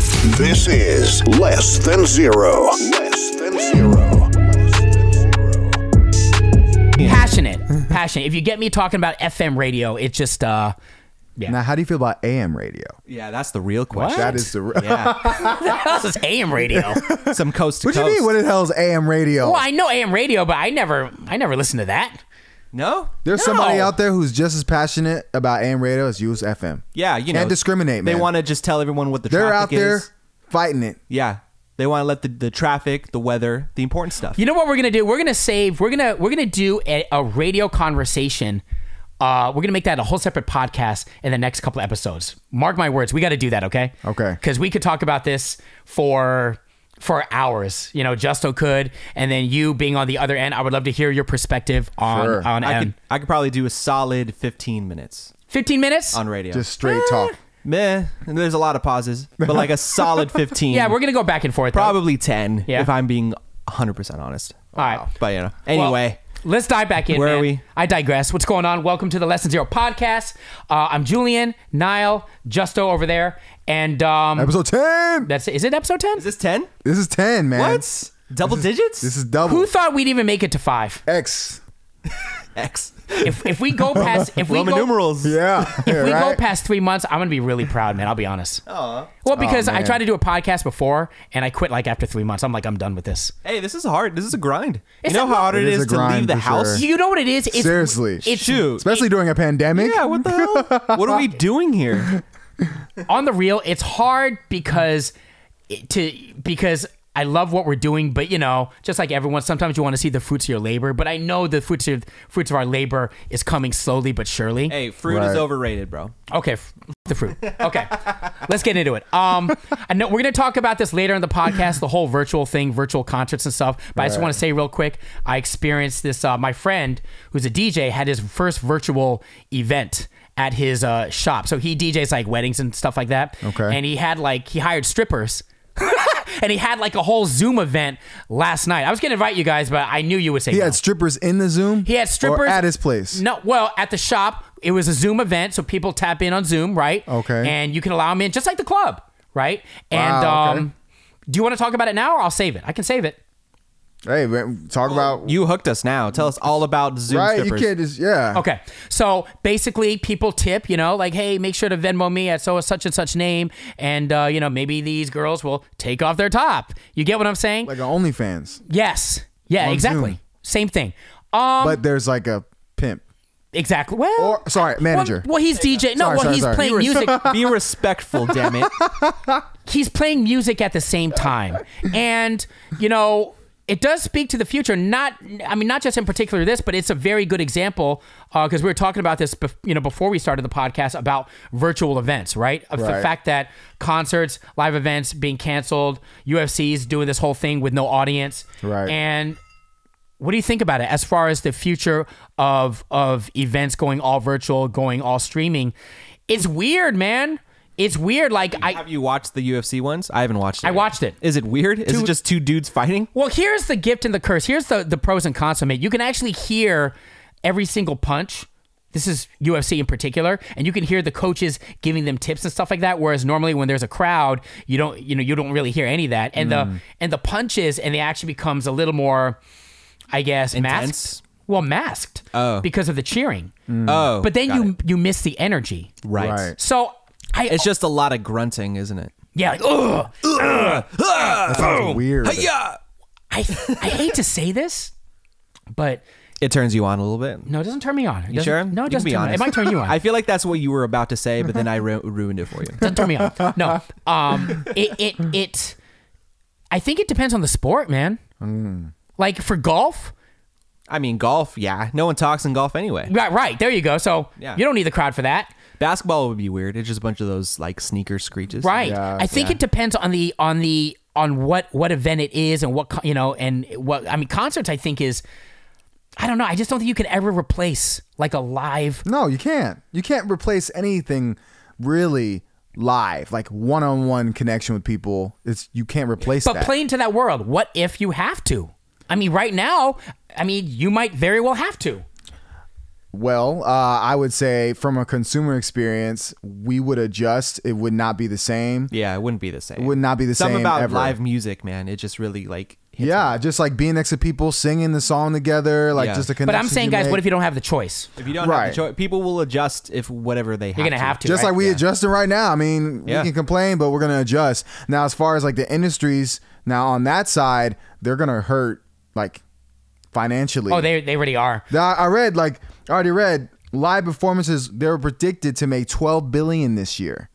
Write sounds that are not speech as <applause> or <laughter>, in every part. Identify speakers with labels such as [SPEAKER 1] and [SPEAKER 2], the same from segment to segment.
[SPEAKER 1] This is Less Than Zero. Less Than Zero.
[SPEAKER 2] Passionate, passionate. If you get me talking about FM radio, it just uh,
[SPEAKER 3] Now, how do you feel about AM radio?
[SPEAKER 4] Yeah, that's the real question.
[SPEAKER 3] That is the.
[SPEAKER 4] Yeah,
[SPEAKER 2] this is AM
[SPEAKER 4] <laughs>
[SPEAKER 2] radio.
[SPEAKER 4] some coast
[SPEAKER 3] <laughs>
[SPEAKER 4] to
[SPEAKER 3] What do you
[SPEAKER 4] coast.
[SPEAKER 3] mean? What the hell is AM radio?
[SPEAKER 2] well, I know AM radio, but I never, I never listened to that.
[SPEAKER 4] no,
[SPEAKER 3] There's somebody
[SPEAKER 2] No.
[SPEAKER 3] out there who's just as passionate about AM radio as you is FM.
[SPEAKER 4] yeah, you know,
[SPEAKER 3] Can't discriminate,
[SPEAKER 4] They
[SPEAKER 3] man.
[SPEAKER 4] want to just tell everyone what the
[SPEAKER 3] They're out
[SPEAKER 4] traffic is.
[SPEAKER 3] there fighting it.
[SPEAKER 4] Yeah, they want to let the, the traffic, the weather, the important stuff.
[SPEAKER 2] You know what we're gonna do? We're gonna save. We're gonna we're gonna do a, a radio conversation. Uh, we're gonna make that a whole separate podcast in the next couple episodes. Mark my words, we got to do that. Okay.
[SPEAKER 3] Okay.
[SPEAKER 2] Because we could talk about this for for hours. You know, Justo could, and then you being on the other end, I would love to hear your perspective on
[SPEAKER 3] Sure.
[SPEAKER 2] on
[SPEAKER 4] I
[SPEAKER 2] um,
[SPEAKER 4] could I could probably do a solid 15 minutes
[SPEAKER 2] fifteen minutes.
[SPEAKER 4] on radio.
[SPEAKER 3] Just straight
[SPEAKER 4] Eh.
[SPEAKER 3] talk.
[SPEAKER 4] meh, and there's a lot of
[SPEAKER 3] <laughs>
[SPEAKER 4] pauses, but like a solid 15.
[SPEAKER 2] yeah, we're gonna go back and forth. though.
[SPEAKER 4] probably 10
[SPEAKER 2] Yeah.
[SPEAKER 4] if I'm being 100% honest.
[SPEAKER 2] All right.
[SPEAKER 4] But you know,
[SPEAKER 2] Well,
[SPEAKER 4] anyway,
[SPEAKER 2] let's dive back in.
[SPEAKER 4] Where are
[SPEAKER 2] man.
[SPEAKER 4] we?
[SPEAKER 2] I digress. What's going on? Welcome to the Lesson Zero podcast. Uh, I'm Julian, Niall, Justo over there, and um,
[SPEAKER 3] Episode 10.
[SPEAKER 2] that's is it. Episode ten.
[SPEAKER 4] is this 10?
[SPEAKER 3] This is 10, man.
[SPEAKER 4] What? Double digits?
[SPEAKER 3] This is double.
[SPEAKER 2] Who thought we'd even make it to
[SPEAKER 4] <laughs>
[SPEAKER 2] five?
[SPEAKER 3] X.
[SPEAKER 4] X.
[SPEAKER 2] If if we go past if we
[SPEAKER 4] Roman
[SPEAKER 2] go,
[SPEAKER 4] numerals. <laughs>
[SPEAKER 3] Yeah.
[SPEAKER 2] if we go
[SPEAKER 3] right?
[SPEAKER 2] past three months, I'm gonna be really proud, man. I'll be honest. Oh. Well, because I
[SPEAKER 3] man.
[SPEAKER 2] tried to do a podcast before and I quit like after three months. I'm like, I'm done with this.
[SPEAKER 4] Hey, this is hard. This is a grind.
[SPEAKER 2] It's
[SPEAKER 4] you know
[SPEAKER 2] a-
[SPEAKER 4] how hard
[SPEAKER 3] It
[SPEAKER 4] it
[SPEAKER 3] is
[SPEAKER 4] is,
[SPEAKER 3] a
[SPEAKER 4] to leave
[SPEAKER 3] grind
[SPEAKER 4] the
[SPEAKER 3] for
[SPEAKER 4] house?
[SPEAKER 3] sure.
[SPEAKER 2] You know what it is? It's,
[SPEAKER 3] Seriously.
[SPEAKER 2] it's
[SPEAKER 4] Shoot.
[SPEAKER 3] Especially during a pandemic.
[SPEAKER 4] Yeah, what the
[SPEAKER 2] <laughs>
[SPEAKER 4] hell? what are we doing here?
[SPEAKER 2] on the real. It's hard because it- to because. I love what we're doing, but you know, just like everyone, sometimes you want to see the fruits of your labor. But I know the fruits of fruits of our labor is coming slowly but surely.
[SPEAKER 4] Hey, fruit
[SPEAKER 3] Right.
[SPEAKER 4] is overrated, bro.
[SPEAKER 2] Okay, f- the fruit. Okay, let's get into it. Um, I know we're gonna talk about this later in the podcast, the whole virtual thing, virtual concerts and stuff. But I just want to say real quick, I experienced this. Uh, my friend, who's a DJ, had his first virtual event at his uh, shop. So he DJs like weddings and stuff like that.
[SPEAKER 3] Okay.
[SPEAKER 2] and he had like he hired strippers. <laughs> and he had like a whole Zoom event last night. I was gonna invite you guys, but I knew you would say
[SPEAKER 3] He
[SPEAKER 2] no.
[SPEAKER 3] had strippers in the Zoom.
[SPEAKER 2] He had strippers
[SPEAKER 3] or at his place.
[SPEAKER 2] No, well, at the shop, it was a Zoom event, so people tap in on Zoom, right?
[SPEAKER 3] Okay.
[SPEAKER 2] And you can allow them in, just like the club, right? And
[SPEAKER 3] Wow, okay.
[SPEAKER 2] um, do you want to talk about it now, or I'll save it? I can save it.
[SPEAKER 3] Hey, man, talk about.
[SPEAKER 4] Oh, You hooked us now. Tell us all about Zoom
[SPEAKER 3] right?
[SPEAKER 4] strippers.
[SPEAKER 3] You can't just. Yeah.
[SPEAKER 2] Okay. So basically, people tip, you know, like, hey, make sure to Venmo me at so such and such name, and uh, you know, maybe these girls will take off their top. You get what I'm saying?
[SPEAKER 3] Like on OnlyFans.
[SPEAKER 2] yes. Yeah.
[SPEAKER 3] On
[SPEAKER 2] Exactly.
[SPEAKER 3] Zoom.
[SPEAKER 2] Same thing. Um.
[SPEAKER 3] But there's like a pimp.
[SPEAKER 2] exactly. Well.
[SPEAKER 3] Or, sorry, manager.
[SPEAKER 2] Well, well, he's DJ. No,
[SPEAKER 3] Sorry,
[SPEAKER 2] well,
[SPEAKER 3] sorry,
[SPEAKER 2] he's
[SPEAKER 3] sorry.
[SPEAKER 2] playing
[SPEAKER 3] <laughs>
[SPEAKER 2] music.
[SPEAKER 4] <laughs>
[SPEAKER 2] <laughs>
[SPEAKER 4] Be respectful, damn it.
[SPEAKER 2] he's playing music at the same time and you know it does speak to the future not i mean not just in particular this but it's a very good example because we were talking about this bef- you know before we started the podcast about virtual events right of the
[SPEAKER 3] Right.
[SPEAKER 2] fact that concerts live events being canceled ufc's doing this whole thing with no audience
[SPEAKER 3] Right.
[SPEAKER 2] and what do you think about it as far as the future of of events going all virtual going all streaming it's weird man it's weird like i
[SPEAKER 4] Have you watched the UFC ones? I haven't watched it.
[SPEAKER 2] I
[SPEAKER 4] yet.
[SPEAKER 2] watched it.
[SPEAKER 4] Is it weird? Is it just two dudes fighting?
[SPEAKER 2] Well, here's the gift and the curse. Here's the the pros and cons of it. You can actually hear every single punch. This is UFC in particular, and you can hear the coaches giving them tips and stuff like that. Whereas normally when there's a crowd, you don't you know you don't really hear any of that. And
[SPEAKER 4] Mm.
[SPEAKER 2] the and the punches and the action becomes a little more, I guess,
[SPEAKER 4] Intense?
[SPEAKER 2] masked. Well, masked
[SPEAKER 4] Oh.
[SPEAKER 2] because of the cheering.
[SPEAKER 4] Oh.
[SPEAKER 2] But then
[SPEAKER 4] got
[SPEAKER 2] you
[SPEAKER 4] it.
[SPEAKER 2] you miss the energy.
[SPEAKER 4] right.
[SPEAKER 3] Right.
[SPEAKER 2] So I oh,
[SPEAKER 4] It's just a lot of grunting, isn't it?
[SPEAKER 2] yeah like ugh.
[SPEAKER 3] That sounds weird.
[SPEAKER 4] Yeah.
[SPEAKER 2] I I hate to say this, but
[SPEAKER 4] It turns you on a little bit.
[SPEAKER 2] No, it doesn't turn me on. It
[SPEAKER 4] You
[SPEAKER 2] doesn't- No,
[SPEAKER 4] sure? You
[SPEAKER 2] it
[SPEAKER 4] can
[SPEAKER 2] doesn't
[SPEAKER 4] be
[SPEAKER 2] turn me on. It
[SPEAKER 4] honest.
[SPEAKER 2] might turn you on.
[SPEAKER 4] <laughs> I
[SPEAKER 2] It
[SPEAKER 4] feel like that's what you were about to say, but then I ru- ruined it for you.
[SPEAKER 2] doesn't turn me on.
[SPEAKER 4] <laughs>
[SPEAKER 2] No. Um, it, it, it, I think it depends on the sport, man.
[SPEAKER 4] Mm.
[SPEAKER 2] Like for golf,
[SPEAKER 4] I mean, golf, yeah. No one talks in golf anyway.
[SPEAKER 2] right, right. There you go. So
[SPEAKER 4] Yeah.
[SPEAKER 2] you don't need the crowd for that.
[SPEAKER 4] Basketball would be weird. It's just a bunch of those like sneaker screeches.
[SPEAKER 2] Right.
[SPEAKER 3] Yeah.
[SPEAKER 2] I think it depends on the, on the, on what, what event it is and what, co- you know, and what, I mean, concerts, I think is, I don't know. I just don't think you can ever replace like a live.
[SPEAKER 3] No, you can't. You can't replace anything really live, like one on one connection with people. It's you can't replace
[SPEAKER 2] But
[SPEAKER 3] that.
[SPEAKER 2] play into that world. What if you have to? I mean, right now, I mean, you might very well have to.
[SPEAKER 3] Well, uh, I would say from a consumer experience, we would adjust. It would not be the same.
[SPEAKER 4] Yeah, it wouldn't be the same.
[SPEAKER 3] It would not be the
[SPEAKER 4] Something
[SPEAKER 3] same
[SPEAKER 4] about
[SPEAKER 3] ever.
[SPEAKER 4] live music, man. It just really like hits
[SPEAKER 3] yeah, just like being next to people, singing the song together, like
[SPEAKER 4] Yeah.
[SPEAKER 3] just a
[SPEAKER 4] But
[SPEAKER 2] But
[SPEAKER 3] connection.
[SPEAKER 2] I'm saying,
[SPEAKER 3] you
[SPEAKER 2] guys,
[SPEAKER 3] make.
[SPEAKER 2] what if you don't have the choice?
[SPEAKER 4] If you don't have
[SPEAKER 3] Right.
[SPEAKER 4] the choice, people will adjust if whatever they have.
[SPEAKER 2] You're gonna have to.
[SPEAKER 3] just
[SPEAKER 2] right?
[SPEAKER 3] like we adjusting right now. I mean,
[SPEAKER 4] Yeah.
[SPEAKER 3] we can complain, but we're gonna adjust. Now, as far as like the industries, now on that side, they're gonna hurt like financially.
[SPEAKER 2] Oh, they they already are.
[SPEAKER 3] Now, I read like I already read live performances. They were predicted to make twelve billion this year,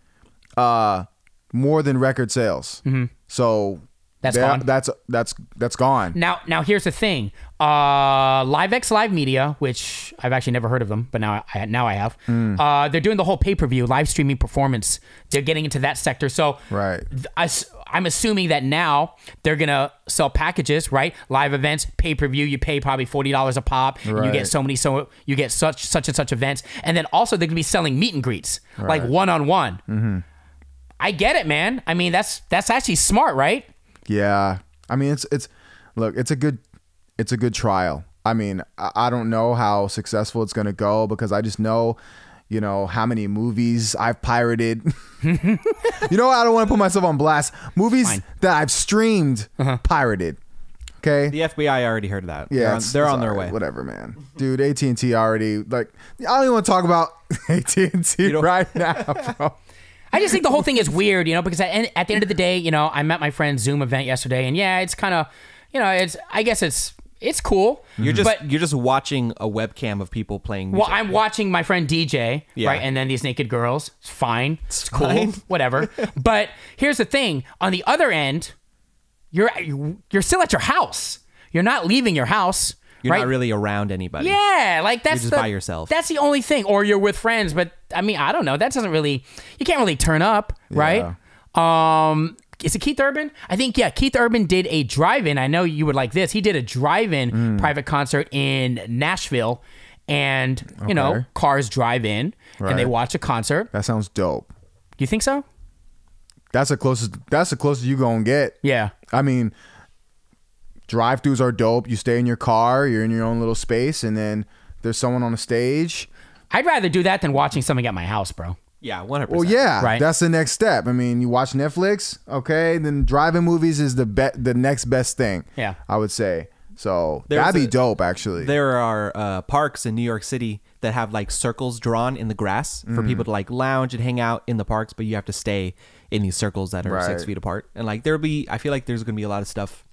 [SPEAKER 3] uh, more than record sales. So
[SPEAKER 2] Mm-hmm. That's
[SPEAKER 3] they're-
[SPEAKER 2] gone.
[SPEAKER 3] That's that's that's gone.
[SPEAKER 2] Now, now here's the thing. Uh, LiveX Live Media, which I've actually never heard of them, but now I now I have.
[SPEAKER 3] Hmm.
[SPEAKER 2] Uh, they're doing the whole pay per view live streaming performance. They're getting into that sector. So
[SPEAKER 3] Right.
[SPEAKER 2] th- I, am assuming that now they're gonna sell packages, right? Live events, pay per view. You pay probably forty dollars a pop, and you
[SPEAKER 3] Right.
[SPEAKER 2] get so many, so you get such such and such events, and then also they're gonna be selling meet and greets, like one on one. I get it, man. I mean, that's that's actually smart, right?
[SPEAKER 3] Yeah, I mean it's it's look it's a good it's a good trial. I mean I, I don't know how successful it's gonna go because I just know you know how many movies I've
[SPEAKER 4] <laughs>
[SPEAKER 3] pirated. <laughs> you know what? I don't want to put myself on blast. Movies that I've streamed pirated. Okay.
[SPEAKER 4] The FBI already heard that.
[SPEAKER 3] Yeah,
[SPEAKER 4] Uh-huh. they're on,
[SPEAKER 3] it's-
[SPEAKER 4] they're
[SPEAKER 3] it's
[SPEAKER 4] on their
[SPEAKER 3] all right.
[SPEAKER 4] way.
[SPEAKER 3] Whatever, man. Dude, AT and T already like I don't even want to talk about <laughs> AT and T
[SPEAKER 4] don't-
[SPEAKER 3] right <laughs> now, bro.
[SPEAKER 2] I just think the whole thing is weird, you know, because at, at the end of the day, you know, I'm at my friend's Zoom event yesterday, and yeah, it's kind of, you know, it's I guess it's it's cool.
[SPEAKER 4] You're just
[SPEAKER 2] Mhm. but
[SPEAKER 4] you're just watching a webcam of people playing.
[SPEAKER 2] well,
[SPEAKER 4] Music.
[SPEAKER 2] I'm watching my friend DJ,
[SPEAKER 4] Yeah.
[SPEAKER 2] right, and then these naked girls. It's fine, <laughs> it's cool,
[SPEAKER 4] fine.
[SPEAKER 2] whatever. but here's the thing: on the other end, you're you're still at your house. You're not leaving your house.
[SPEAKER 4] you're
[SPEAKER 2] right?
[SPEAKER 4] not really around anybody.
[SPEAKER 2] Yeah, like that's
[SPEAKER 4] just
[SPEAKER 2] the-
[SPEAKER 4] by yourself.
[SPEAKER 2] That's the only thing, or you're with friends. But I mean, I don't know. That doesn't really. You can't really turn up, right? Um, is it Keith Urban? I think yeah. Keith Urban did a drive-in. I know you would like this. He did a drive-in
[SPEAKER 4] Mm.
[SPEAKER 2] private concert in Nashville, and you know,
[SPEAKER 3] Okay.
[SPEAKER 2] cars drive in and they
[SPEAKER 3] Right.
[SPEAKER 2] watch a concert.
[SPEAKER 3] That sounds dope.
[SPEAKER 2] You think so?
[SPEAKER 3] That's the closest. That's the closest you gonna get.
[SPEAKER 2] Yeah.
[SPEAKER 3] I mean, drive-throughs are dope. You stay in your car, you're in your own little space, and then there's someone on the stage.
[SPEAKER 2] I'd rather do that than watching something at my house, bro.
[SPEAKER 4] yeah, one hundred.
[SPEAKER 3] Well, yeah,
[SPEAKER 2] Right.
[SPEAKER 3] that's the next step. I mean, you watch Netflix, okay? Then driving movies is the be- the next best thing.
[SPEAKER 2] Yeah.
[SPEAKER 3] I would say. So
[SPEAKER 4] There's
[SPEAKER 3] that'd
[SPEAKER 4] a-
[SPEAKER 3] be dope, actually.
[SPEAKER 4] There are uh, parks in New York City that have like circles drawn in the grass
[SPEAKER 3] Mm-hmm.
[SPEAKER 4] for people to like lounge and hang out in the parks, but you have to stay in these circles that are six
[SPEAKER 3] Right.
[SPEAKER 4] feet apart. And like there'll be, I feel like there's gonna be a lot of stuff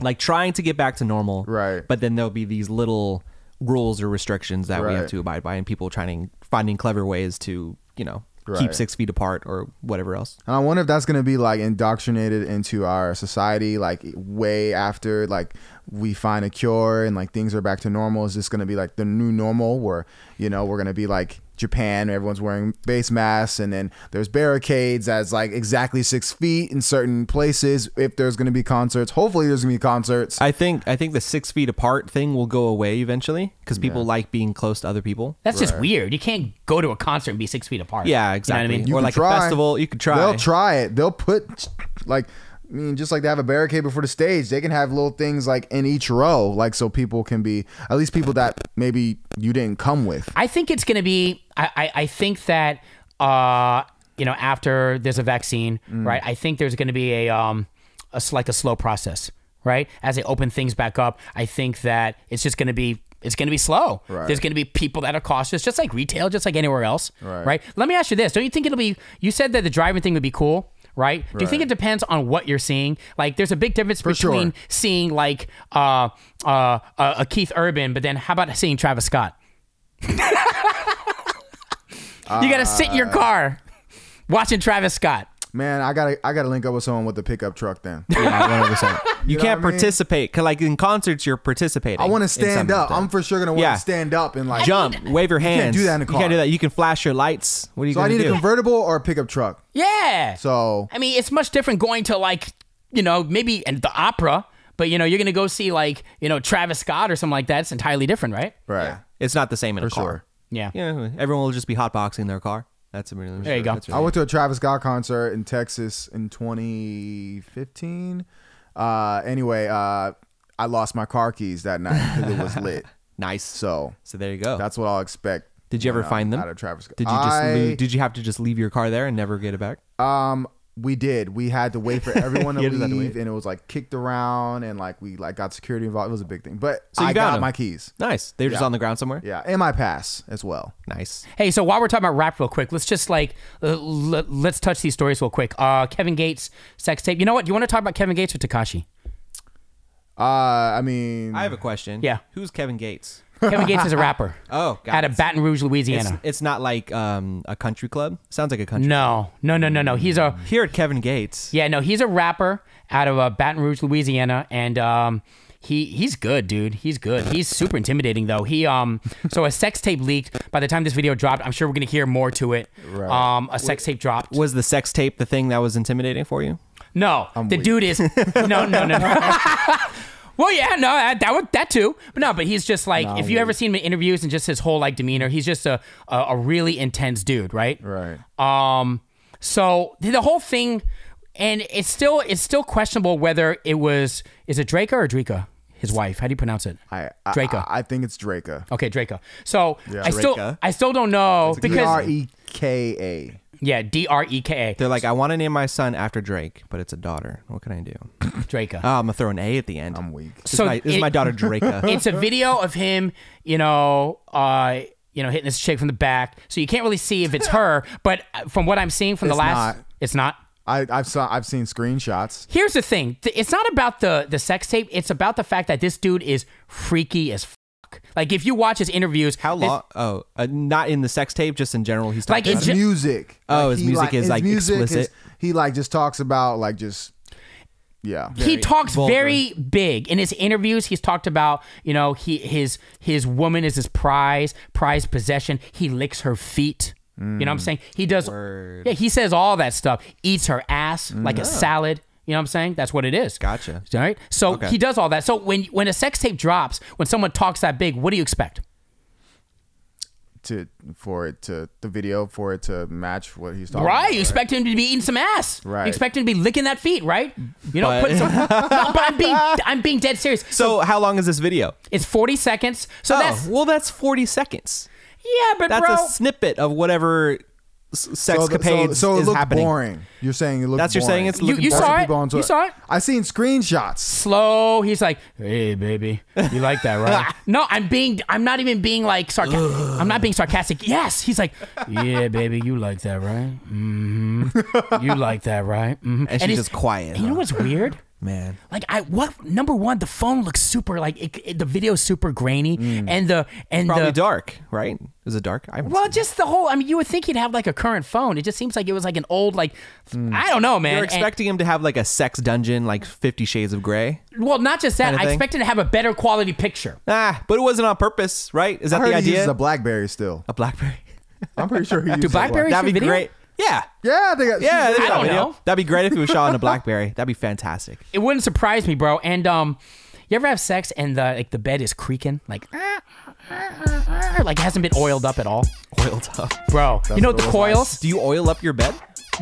[SPEAKER 4] like trying to get back to normal,
[SPEAKER 3] Right.
[SPEAKER 4] But then there'll be these little rules or restrictions that we have
[SPEAKER 3] Right.
[SPEAKER 4] to abide by, and people trying finding clever ways to you know keep
[SPEAKER 3] Right.
[SPEAKER 4] six feet apart or whatever else.
[SPEAKER 3] And I wonder if that's going to be like indoctrinated into our society, like way after like we find a cure and like things are back to normal. Is this going to be like the new normal where, you know, we're going to be like Japan, everyone's wearing face masks and then there's barricades as like exactly six feet in certain places. If there's going to be concerts, hopefully there's going to be concerts.
[SPEAKER 4] I think I think the six feet apart thing will go away eventually because people like being close to other people.
[SPEAKER 2] That's just weird. You can't go to a concert and be six feet apart. You
[SPEAKER 4] Yeah,
[SPEAKER 2] know what I
[SPEAKER 4] exactly.
[SPEAKER 2] mean?
[SPEAKER 4] or
[SPEAKER 3] could
[SPEAKER 4] like a festival, you could try.
[SPEAKER 3] They'll try it. They'll put like I mean, just like they have a barricade before the stage, they can have little things like in each row, like so people can be at least people that maybe you didn't come with.
[SPEAKER 2] I think it's going to be. I, I, I think that uh, you know after there's a vaccine,
[SPEAKER 3] Mm.
[SPEAKER 2] right? I think there's going to be a um, a s- like a slow process, right? As they open things back up, I think that it's just going to be. It's going to be slow.
[SPEAKER 3] Right.
[SPEAKER 2] There's going to be people that are cautious, just like retail, just like anywhere else,
[SPEAKER 3] Right.
[SPEAKER 2] Let me ask you this: Don't you think it'll be? You said that the driving thing would be cool, right? Do you think
[SPEAKER 3] Right.
[SPEAKER 2] it depends on what you're seeing? Like, there's a big difference
[SPEAKER 3] sure.
[SPEAKER 2] between seeing like uh, uh, uh, a Keith Urban, but then how about seeing Travis Scott? You
[SPEAKER 4] Uh,
[SPEAKER 2] gotta sit in your car watching Travis Scott.
[SPEAKER 3] Man, I gotta I gotta link up with someone with the pickup truck
[SPEAKER 4] <laughs>
[SPEAKER 3] then. <laughs>
[SPEAKER 4] you,
[SPEAKER 3] know what
[SPEAKER 4] can't
[SPEAKER 3] I mean?
[SPEAKER 4] participate. 'cause, like in concerts, you're participating.
[SPEAKER 3] I want
[SPEAKER 4] in
[SPEAKER 3] to stand
[SPEAKER 4] something.
[SPEAKER 3] up. I'm for sure gonna want to
[SPEAKER 4] Yeah.
[SPEAKER 3] stand up and like
[SPEAKER 4] jump, wave your hands.
[SPEAKER 3] do that in a
[SPEAKER 4] You
[SPEAKER 3] car.
[SPEAKER 4] can't do that. You can flash your lights. What are you
[SPEAKER 3] So I
[SPEAKER 4] going
[SPEAKER 3] need
[SPEAKER 4] to
[SPEAKER 3] a
[SPEAKER 4] do?
[SPEAKER 3] convertible or a pickup truck.
[SPEAKER 2] Yeah.
[SPEAKER 3] So
[SPEAKER 2] I mean, it's much different going to like, you know, maybe and the opera, but you know, you're gonna go see like, you know, Travis Scott or something like that. It's entirely different, right?
[SPEAKER 3] right,
[SPEAKER 4] it's not the same in a
[SPEAKER 3] for
[SPEAKER 4] car.
[SPEAKER 3] sure.
[SPEAKER 2] Yeah.
[SPEAKER 4] Yeah, everyone will just be hotboxing their car. That's a really
[SPEAKER 2] There you go.
[SPEAKER 4] that's
[SPEAKER 3] I
[SPEAKER 4] really-
[SPEAKER 3] went to a Travis Scott concert in Texas in 2015. Uh, anyway, uh, I lost my car keys that night because it was lit.
[SPEAKER 4] Nice. <laughs>
[SPEAKER 3] So
[SPEAKER 4] so there you go.
[SPEAKER 3] that's what I'll expect.
[SPEAKER 4] did you ever
[SPEAKER 3] when, uh,
[SPEAKER 4] find them?
[SPEAKER 3] out of Travis Scott?
[SPEAKER 4] Did you just
[SPEAKER 3] I-
[SPEAKER 4] loo- did you have to just leave your car there and never get it back?
[SPEAKER 3] Um, we did. We had to wait for
[SPEAKER 4] <laughs>
[SPEAKER 3] everyone to
[SPEAKER 4] You had to
[SPEAKER 3] leave,
[SPEAKER 4] wait.
[SPEAKER 3] and it was like kicked around, and like we like got security involved. It was a big thing. But
[SPEAKER 4] So you
[SPEAKER 3] I
[SPEAKER 4] got
[SPEAKER 3] got
[SPEAKER 4] 'em.
[SPEAKER 3] my keys.
[SPEAKER 4] Nice. They were just
[SPEAKER 3] Yeah.
[SPEAKER 4] on the ground somewhere.
[SPEAKER 3] Yeah, and my pass as well.
[SPEAKER 4] Nice.
[SPEAKER 2] Hey, so while we're talking about rap real quick, let's just like uh, l- let's touch these stories real quick. Uh, Kevin Gates sex tape. You know what? You want to talk about Kevin Gates or Takashi?
[SPEAKER 3] Uh, I mean,
[SPEAKER 4] I have a question.
[SPEAKER 2] Hmm. Yeah.
[SPEAKER 4] Who's Kevin Gates?
[SPEAKER 2] Kevin Gates
[SPEAKER 4] <laughs>
[SPEAKER 2] is a rapper.
[SPEAKER 4] Oh, got
[SPEAKER 2] out
[SPEAKER 4] it.
[SPEAKER 2] of Baton Rouge,
[SPEAKER 4] It's,
[SPEAKER 2] Louisiana.
[SPEAKER 4] it's not like um, a country club. Sounds like a country.
[SPEAKER 2] No, no, no, no, no. He's a
[SPEAKER 4] Here at Kevin Gates.
[SPEAKER 2] yeah, no. He's a rapper out of uh, Baton Rouge, Louisiana, and um, he he's good, dude. He's good. He's super intimidating though. He um, so a sex tape leaked. By the time this video dropped, I'm sure we're gonna hear more to it. Right. Um, a sex tape dropped.
[SPEAKER 4] Was the sex tape the thing that was intimidating for you?
[SPEAKER 2] No, the
[SPEAKER 3] weak.
[SPEAKER 2] dude is no, no, no. no. Well, yeah, no, that, that would that too, but no, but he's just like if you ever seen him in interviews and just his whole like demeanor, he's just a a, a really intense dude, right?
[SPEAKER 3] right.
[SPEAKER 2] Um, so the whole thing, and it's still it's still questionable whether it was is it Draco or Draca, his wife? How do you pronounce it?
[SPEAKER 3] I, I
[SPEAKER 2] Draco.
[SPEAKER 3] I, I think it's Draco.
[SPEAKER 2] okay, Draco. So I still
[SPEAKER 4] Draca.
[SPEAKER 2] I still don't know
[SPEAKER 3] D
[SPEAKER 2] because
[SPEAKER 3] R E K A.
[SPEAKER 2] yeah, D R E K
[SPEAKER 4] They're like, I want to name my son after Drake, but it's a daughter. What can I do?
[SPEAKER 2] A Draca.
[SPEAKER 3] Uh-huh.
[SPEAKER 4] Oh, I'm gonna throw an A at the end.
[SPEAKER 3] I'm weak.
[SPEAKER 4] This,
[SPEAKER 2] So
[SPEAKER 4] is, my, this is
[SPEAKER 2] it-
[SPEAKER 4] my
[SPEAKER 2] <laughs>
[SPEAKER 4] daughter Draka.
[SPEAKER 2] it's a video of him, you know, uh, you know, hitting this chick from the back. So you can't really see if it's her, but from what I'm seeing from the
[SPEAKER 3] It's
[SPEAKER 2] last,
[SPEAKER 3] not.
[SPEAKER 2] it's not.
[SPEAKER 3] I, I've saw I've seen screenshots.
[SPEAKER 2] Here's the thing: Th- it's not about the the sex tape. It's about the fact that this dude is freaky as fuck. Like if you watch his interviews,
[SPEAKER 4] How
[SPEAKER 2] this-
[SPEAKER 4] long? Oh, uh, not in the sex tape. Just in general, he's
[SPEAKER 2] Like,
[SPEAKER 4] talking
[SPEAKER 2] it
[SPEAKER 3] His
[SPEAKER 4] about
[SPEAKER 2] ju-
[SPEAKER 3] music.
[SPEAKER 4] Oh, his
[SPEAKER 3] he,
[SPEAKER 4] music is,
[SPEAKER 3] his
[SPEAKER 4] like,
[SPEAKER 3] music is-
[SPEAKER 4] explicit.
[SPEAKER 3] he like just talks about like just yeah.
[SPEAKER 2] he talks
[SPEAKER 4] vulgar.
[SPEAKER 2] very big in his interviews. He's talked about you know he his his woman is his prize prize possession. He licks her feet. You know what I'm saying? He does.
[SPEAKER 4] Mm. Word. Mm.
[SPEAKER 2] Yeah, he says all that stuff. Eats her ass like a salad. You know what I'm saying? That's what it is.
[SPEAKER 4] Gotcha.
[SPEAKER 2] All right. So
[SPEAKER 4] Okay.
[SPEAKER 2] he does all that. So when when a sex tape drops, when someone talks that big, what do you expect?
[SPEAKER 3] To for it to the video for it to match what he's
[SPEAKER 4] Oh,
[SPEAKER 3] talking.
[SPEAKER 2] Right,
[SPEAKER 3] About,
[SPEAKER 2] you expect him to be eating some ass.
[SPEAKER 3] Right.
[SPEAKER 2] you expect him to be licking that feet. Right, you know,
[SPEAKER 4] But-
[SPEAKER 2] put
[SPEAKER 4] <laughs>
[SPEAKER 2] some. no, but I'm being, I'm being dead serious.
[SPEAKER 4] So, how long is this video?
[SPEAKER 2] It's 40 seconds. So
[SPEAKER 4] oh,
[SPEAKER 2] that's
[SPEAKER 4] well, that's 40 seconds.
[SPEAKER 2] yeah, but
[SPEAKER 4] That's
[SPEAKER 2] bro,
[SPEAKER 4] a snippet of whatever s-
[SPEAKER 3] So,
[SPEAKER 4] sex
[SPEAKER 3] the- so,
[SPEAKER 4] capades
[SPEAKER 3] so it
[SPEAKER 4] is
[SPEAKER 3] looked
[SPEAKER 4] happening.
[SPEAKER 3] boring. You're saying it looked.
[SPEAKER 4] That's you're saying
[SPEAKER 3] boring.
[SPEAKER 4] it's
[SPEAKER 2] You-
[SPEAKER 4] looking
[SPEAKER 2] you
[SPEAKER 4] boring.
[SPEAKER 2] saw
[SPEAKER 3] Some
[SPEAKER 2] it?
[SPEAKER 3] people on Twitter-
[SPEAKER 2] You saw it?
[SPEAKER 3] I seen screenshots.
[SPEAKER 2] slow. He's like, hey, baby, you like that,
[SPEAKER 4] <laughs>
[SPEAKER 2] right? no, I'm being, I'm not even being like sarcastic. I'm not being sarcastic. Yes, he's like, yeah, baby, you like that, right? Mm-hmm. You like that, right? Mm-hmm.
[SPEAKER 4] And she's
[SPEAKER 2] it's-
[SPEAKER 4] just quiet,
[SPEAKER 2] and you know
[SPEAKER 4] huh?
[SPEAKER 2] what's weird?
[SPEAKER 4] man.
[SPEAKER 2] Like I what number one the phone looks super like it, it- the video's super grainy and the and
[SPEAKER 4] Mm. Probably
[SPEAKER 2] the
[SPEAKER 4] dark, right? Is it dark? I haven't
[SPEAKER 2] well
[SPEAKER 4] seen it.
[SPEAKER 2] just the whole I mean you would think he'd have like a current phone it just seems like it was like an old like I don't know man
[SPEAKER 4] Mm. You're
[SPEAKER 2] And-
[SPEAKER 4] expecting him to have like a sex dungeon, like Fifty Shades of Grey.
[SPEAKER 2] well not just that
[SPEAKER 4] Kinda
[SPEAKER 2] I
[SPEAKER 4] thing.
[SPEAKER 2] expected to have a better quality picture
[SPEAKER 4] Ah, but it wasn't on purpose, right? Is
[SPEAKER 3] I
[SPEAKER 4] that
[SPEAKER 3] heard
[SPEAKER 4] the
[SPEAKER 3] he
[SPEAKER 4] idea?
[SPEAKER 3] uses a BlackBerry still. <laughs>
[SPEAKER 4] a BlackBerry.
[SPEAKER 3] I'm pretty
[SPEAKER 4] <laughs>
[SPEAKER 3] sure he uses a
[SPEAKER 2] Blackberry-
[SPEAKER 3] Black-
[SPEAKER 4] That'd be
[SPEAKER 2] video?
[SPEAKER 4] great. Yeah.
[SPEAKER 3] Yeah, they got.
[SPEAKER 4] Yeah,
[SPEAKER 3] she's
[SPEAKER 4] there's
[SPEAKER 2] I
[SPEAKER 4] that
[SPEAKER 2] don't
[SPEAKER 4] video.
[SPEAKER 2] know.
[SPEAKER 4] That'd be great if it was shot on
[SPEAKER 3] <laughs>
[SPEAKER 4] a BlackBerry. That'd be fantastic.
[SPEAKER 2] it wouldn't surprise me bro and um you ever have sex and the like the bed is creaking like <laughs> like it hasn't been oiled up at all
[SPEAKER 4] Oiled up.
[SPEAKER 2] bro you know the
[SPEAKER 3] what it was like.
[SPEAKER 2] coils
[SPEAKER 4] Do you oil up your bed?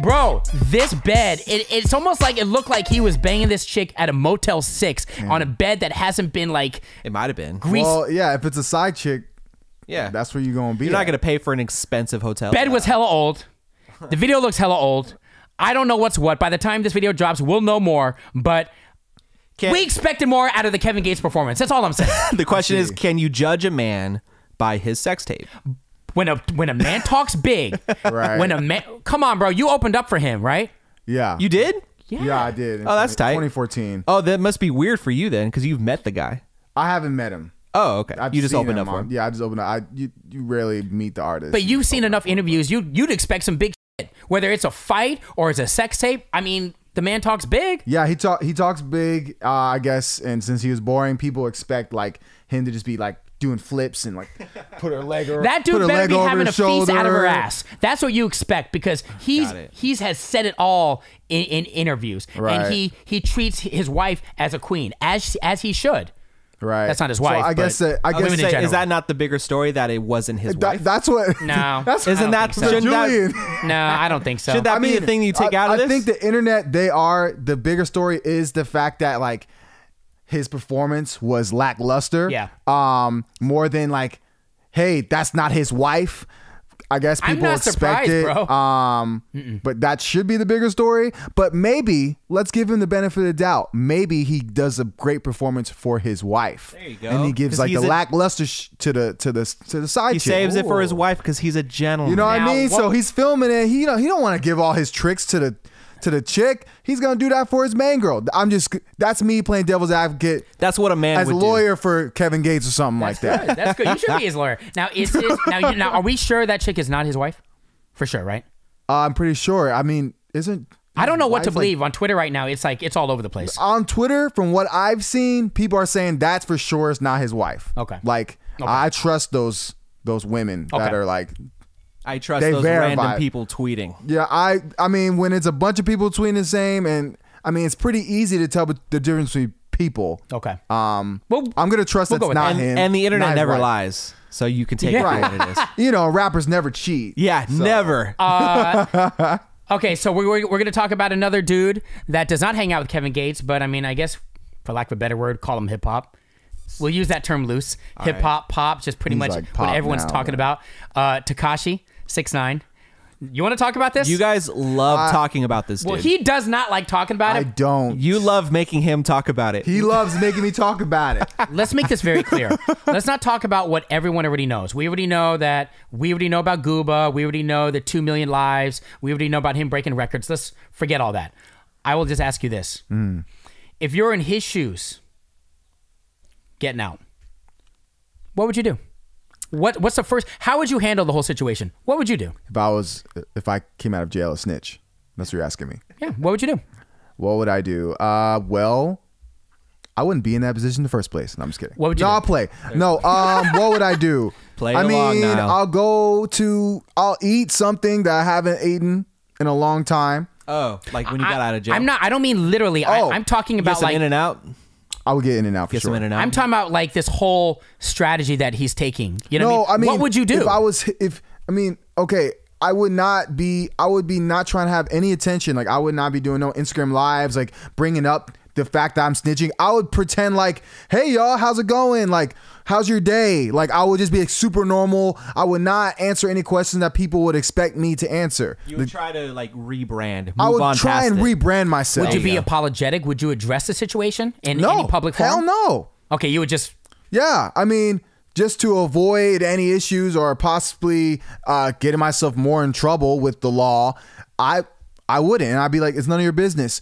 [SPEAKER 2] Bro, this bed, it, it's almost like it looked like he was banging this chick at a Motel 6 on a bed that hasn't been like
[SPEAKER 4] It might have been.
[SPEAKER 2] greased.
[SPEAKER 3] Well, yeah, if it's a side chick,
[SPEAKER 4] Yeah.
[SPEAKER 3] that's where you're gonna be.
[SPEAKER 4] You're not
[SPEAKER 3] at.
[SPEAKER 4] gonna pay for an expensive hotel.
[SPEAKER 2] bed was hella old. The video looks hella old. I don't know what's what. By the time this video drops, we'll know more, but
[SPEAKER 4] Can-
[SPEAKER 2] we expected more out of the Kevin Gates performance. That's all I'm
[SPEAKER 3] <laughs>
[SPEAKER 2] saying.
[SPEAKER 4] <laughs> the question is, can you judge a man by his sex tape?
[SPEAKER 2] when a when a man talks big,
[SPEAKER 3] Right.
[SPEAKER 2] when a man Come on, bro, you opened up for him, right?
[SPEAKER 3] Yeah.
[SPEAKER 4] You did?
[SPEAKER 2] Yeah.
[SPEAKER 3] Yeah, I did. in
[SPEAKER 4] Oh, that's
[SPEAKER 3] 20-
[SPEAKER 4] tight.
[SPEAKER 3] 2014.
[SPEAKER 4] Oh, that must be weird for you then, because you've met the guy.
[SPEAKER 3] I haven't met him.
[SPEAKER 4] Oh, okay.
[SPEAKER 3] I've
[SPEAKER 4] you just
[SPEAKER 3] seen
[SPEAKER 4] opened up for
[SPEAKER 3] on-
[SPEAKER 4] him.
[SPEAKER 3] Yeah, I just opened up. I you, you rarely meet the artist.
[SPEAKER 2] But you've seen enough interviews. You you'd expect some big shit. Whether it's a fight or it's a sex tape, I mean, the man talks big.
[SPEAKER 3] yeah, he talk he talks big, uh, I guess, and since he was boring, people expect like him to just be like doing flips and like
[SPEAKER 4] <laughs>
[SPEAKER 3] put her leg over
[SPEAKER 2] That
[SPEAKER 3] put
[SPEAKER 2] dude
[SPEAKER 3] her
[SPEAKER 2] better
[SPEAKER 3] leg
[SPEAKER 2] be
[SPEAKER 3] over
[SPEAKER 2] having a
[SPEAKER 3] his
[SPEAKER 2] feast out of her
[SPEAKER 3] shoulder.
[SPEAKER 2] ass. That's what you expect because he's
[SPEAKER 4] Got it.
[SPEAKER 2] he's has said it all in, in interviews,
[SPEAKER 3] Right.
[SPEAKER 2] and he he treats his wife as a queen, as as he should.
[SPEAKER 3] Right.
[SPEAKER 2] That's not his
[SPEAKER 3] So
[SPEAKER 2] wife,
[SPEAKER 3] I guess
[SPEAKER 2] but-
[SPEAKER 3] that I
[SPEAKER 2] Oh, women
[SPEAKER 3] guess
[SPEAKER 2] in
[SPEAKER 4] Say,
[SPEAKER 2] general.
[SPEAKER 4] is that not the bigger story that it wasn't his
[SPEAKER 3] that,
[SPEAKER 4] wife?
[SPEAKER 3] that's what
[SPEAKER 2] No,
[SPEAKER 3] <laughs> that's
[SPEAKER 2] I
[SPEAKER 4] Isn't
[SPEAKER 2] don't
[SPEAKER 4] that
[SPEAKER 2] think so.
[SPEAKER 4] shouldn't
[SPEAKER 3] Julian.
[SPEAKER 4] that
[SPEAKER 2] No, I don't think so.
[SPEAKER 4] should that be the thing that you take
[SPEAKER 3] I,
[SPEAKER 4] out of
[SPEAKER 3] I
[SPEAKER 4] this?
[SPEAKER 3] think the internet, they are the bigger story is the fact that like his performance was lackluster.
[SPEAKER 2] Yeah.
[SPEAKER 3] Um, more than like, hey, that's not his wife. I guess
[SPEAKER 2] I'm
[SPEAKER 3] people
[SPEAKER 2] not
[SPEAKER 3] expect
[SPEAKER 2] surprised,
[SPEAKER 3] it.
[SPEAKER 2] bro.
[SPEAKER 3] Um, but that should be the bigger story. But maybe let's give him the benefit of the doubt. Maybe he does a great performance for his wife. There
[SPEAKER 4] you go.
[SPEAKER 3] And he gives
[SPEAKER 4] 'Cause
[SPEAKER 3] like the
[SPEAKER 4] he's a-
[SPEAKER 3] lackluster sh- to the to the to the side.
[SPEAKER 4] He
[SPEAKER 3] chick.
[SPEAKER 4] saves it for his
[SPEAKER 3] Ooh.
[SPEAKER 4] wife because he's a gentleman.
[SPEAKER 3] You know what
[SPEAKER 2] Now,
[SPEAKER 3] I mean? so
[SPEAKER 2] what-
[SPEAKER 3] he's filming it. He don't, he don't want to give all his tricks to the to the chick. He's gonna do that for his main girl. I'm just that's me playing devil's advocate
[SPEAKER 4] That's what a man
[SPEAKER 3] as a
[SPEAKER 4] would
[SPEAKER 3] lawyer for Kevin Gates or something like that.
[SPEAKER 2] Good, <laughs> That's good. You should be his lawyer. Now, is it, now, you- now, are we sure that chick is not his wife? For sure, right?
[SPEAKER 3] Uh, I'm pretty sure. I mean, isn't
[SPEAKER 2] I don't know what to
[SPEAKER 3] wife, like-
[SPEAKER 2] believe on Twitter right now. It's like it's all over the place.
[SPEAKER 3] on Twitter, from what I've seen, people are saying that's for sure it's not his wife.
[SPEAKER 2] Okay.
[SPEAKER 3] Like I trust those those women that
[SPEAKER 2] Okay.
[SPEAKER 3] are like
[SPEAKER 4] do. I trust
[SPEAKER 3] They
[SPEAKER 4] those
[SPEAKER 3] verify.
[SPEAKER 4] random people tweeting.
[SPEAKER 3] Yeah, I I mean when it's a bunch of people tweeting the same and I mean it's pretty easy to tell the difference between people.
[SPEAKER 2] Okay.
[SPEAKER 3] Um,
[SPEAKER 2] Well,
[SPEAKER 3] I'm gonna trust
[SPEAKER 2] we'll go
[SPEAKER 3] it's
[SPEAKER 2] with
[SPEAKER 3] not
[SPEAKER 2] that.
[SPEAKER 4] And,
[SPEAKER 3] him,
[SPEAKER 4] and the internet
[SPEAKER 3] not
[SPEAKER 4] never
[SPEAKER 3] right.
[SPEAKER 4] lies, so you can take
[SPEAKER 2] Yeah.
[SPEAKER 4] it for
[SPEAKER 3] <laughs>
[SPEAKER 4] what it is.
[SPEAKER 3] You know, rappers never cheat.
[SPEAKER 4] Yeah,
[SPEAKER 3] So- uh,
[SPEAKER 4] never.
[SPEAKER 2] Okay, so we're, we're, we're going to talk about another dude that does not hang out with Kevin Gates, but I mean, I guess, for lack of a better word, call him hip hop. We'll use that term loose. Hip hop, pop, just pretty
[SPEAKER 3] He's
[SPEAKER 2] much
[SPEAKER 3] like
[SPEAKER 2] what
[SPEAKER 3] pop
[SPEAKER 2] everyone's
[SPEAKER 3] now,
[SPEAKER 2] talking
[SPEAKER 3] man.
[SPEAKER 2] about. Uh, Takashi, six nine. You want to talk about this?
[SPEAKER 4] you guys love
[SPEAKER 3] uh,
[SPEAKER 4] talking about this dude.
[SPEAKER 2] Well, he does not like talking about
[SPEAKER 3] I
[SPEAKER 2] it.
[SPEAKER 3] don't.
[SPEAKER 4] you love making him talk about it.
[SPEAKER 3] he loves making me talk about it. <laughs>
[SPEAKER 2] Let's make this very clear. Let's not talk about what everyone already knows. We already know that we already know about Gooba. We already know the two million lives. We already know about him breaking records. Let's forget all that. I will just ask you this: If you're in his shoes, getting out, what would you do? What What's the first? How would you handle the whole situation? What would you do?
[SPEAKER 3] If I was, if I came out of jail a snitch, that's what you're asking me.
[SPEAKER 2] Yeah, what would you do?
[SPEAKER 3] What would I do? Uh, well, I wouldn't be in that position in the first place. No, I'm just kidding.
[SPEAKER 2] What would you
[SPEAKER 3] No,
[SPEAKER 2] do?
[SPEAKER 3] I'll play. No, um, what would I do?
[SPEAKER 4] <laughs> Play
[SPEAKER 3] I
[SPEAKER 4] along
[SPEAKER 3] mean,
[SPEAKER 4] now.
[SPEAKER 3] I'll go to. I'll eat something that I haven't eaten in a long time.
[SPEAKER 4] oh, like when you got
[SPEAKER 2] I,
[SPEAKER 4] out of jail.
[SPEAKER 2] I'm not. I don't mean literally.
[SPEAKER 3] Oh,
[SPEAKER 2] I, I'm talking
[SPEAKER 4] Get
[SPEAKER 2] about
[SPEAKER 4] some
[SPEAKER 2] like
[SPEAKER 4] in and out.
[SPEAKER 3] I would get in and out for
[SPEAKER 4] Get
[SPEAKER 3] sure.
[SPEAKER 4] some in and out.
[SPEAKER 2] I'm talking about like this whole strategy that he's taking. You know,
[SPEAKER 3] no,
[SPEAKER 2] what I mean, what would you do?
[SPEAKER 3] if I was? If I mean, okay, I would not be. I would be not trying to have any attention. Like I would not be doing no Instagram lives. Like bringing up the fact that I'm snitching. I would pretend like, hey y'all, how's it going? Like. How's your day? Like I would just be like, super normal. I would not answer any questions that people would expect me to answer.
[SPEAKER 4] you would try to like rebrand. Move
[SPEAKER 3] I would
[SPEAKER 4] on
[SPEAKER 3] try
[SPEAKER 4] past
[SPEAKER 3] and
[SPEAKER 4] it.
[SPEAKER 3] rebrand myself.
[SPEAKER 2] Would you
[SPEAKER 4] you
[SPEAKER 2] be
[SPEAKER 4] go.
[SPEAKER 2] apologetic? Would you address the situation in
[SPEAKER 3] no
[SPEAKER 2] any public
[SPEAKER 3] hell
[SPEAKER 2] forum?
[SPEAKER 3] no.
[SPEAKER 2] Okay, you would just.
[SPEAKER 3] Yeah, I mean, just to avoid any issues or possibly uh, getting myself more in trouble with the law, I I wouldn't. I'd be like, it's none of your business,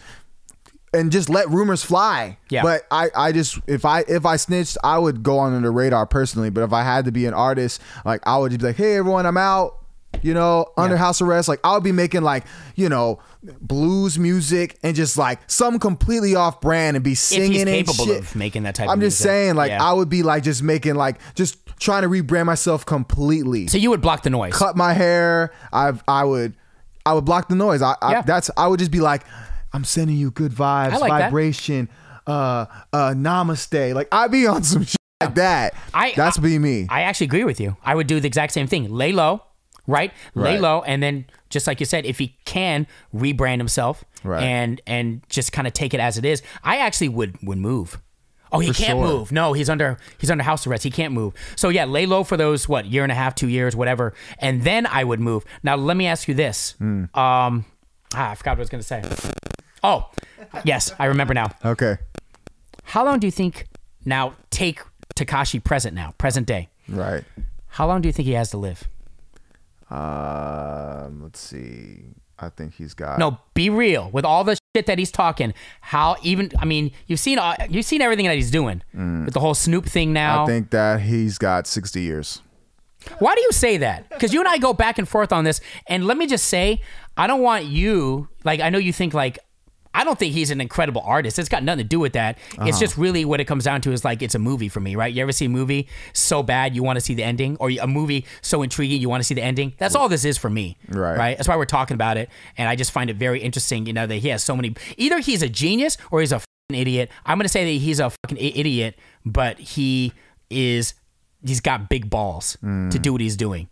[SPEAKER 3] and just let rumors fly.
[SPEAKER 2] Yeah.
[SPEAKER 3] But I I just if I if I snitched, I would go under the radar personally. But if I had to be an artist, like I would just be like, hey everyone, I'm out. You know, under house arrest, like I'll be making like you know blues music and just like some completely off brand and be singing and
[SPEAKER 2] capable
[SPEAKER 3] shit.
[SPEAKER 2] of making that type
[SPEAKER 3] I'm
[SPEAKER 2] of
[SPEAKER 3] just
[SPEAKER 2] music.
[SPEAKER 3] saying, like
[SPEAKER 2] Yeah.
[SPEAKER 3] I would be like just making like just trying to rebrand myself completely.
[SPEAKER 2] So you would block the noise.
[SPEAKER 3] Cut my hair. I I would I would block the noise. I, I
[SPEAKER 2] Yeah.
[SPEAKER 3] that's I would just be like, I'm sending you good vibes,
[SPEAKER 2] I like that.
[SPEAKER 3] vibration, uh, uh, namaste. Like I'd be on some <laughs> shit like that.
[SPEAKER 2] I-
[SPEAKER 3] that's be me.
[SPEAKER 2] I actually agree with you. I would do the exact same thing. Lay low, right? Lay
[SPEAKER 3] Right.
[SPEAKER 2] low, and then just like you said, if he can rebrand himself
[SPEAKER 3] Right.
[SPEAKER 2] and and just kind of take it as it is, I actually would would move. Oh, he can't
[SPEAKER 3] sure.
[SPEAKER 2] move. No, he's under he's under house arrest. He can't move. So yeah, lay low for those what year and a half, two years, whatever, and then I would move. Now let me ask you this.
[SPEAKER 3] Hmm.
[SPEAKER 2] Um, ah, I forgot what I was gonna say. Oh, yes, I remember now.
[SPEAKER 3] okay,
[SPEAKER 2] How long do you think now take Takashi present now, present day?
[SPEAKER 3] right.
[SPEAKER 2] How long do you think he has to live?
[SPEAKER 3] Um, let's see. I think he's got
[SPEAKER 2] No, be real with all the shit that he's talking. How even? I mean, you've seen all- you've seen everything that he's doing with the whole Snoop thing now.
[SPEAKER 3] Mm. I think that he's got 60 years.
[SPEAKER 2] Why do you say that? Because you and I go back and forth on this. And let me just say, I don't want you like. I know you think like. I don't think he's an incredible artist. It's got nothing to do with that.
[SPEAKER 3] Uh-huh.
[SPEAKER 2] It's just really what it comes down to is like it's a movie for me, right? You ever see a movie so bad you want to see the ending, or a movie so intriguing you want to see the ending? That's all this is for me,
[SPEAKER 3] Right.
[SPEAKER 2] Right. Eh, That's why we're talking about it, and I just find it very interesting. You know that he has so many. Either he's a genius or he's a fucking idiot. I'm gonna say that he's a fucking i- idiot, but he is. He's got big balls to do what he's doing,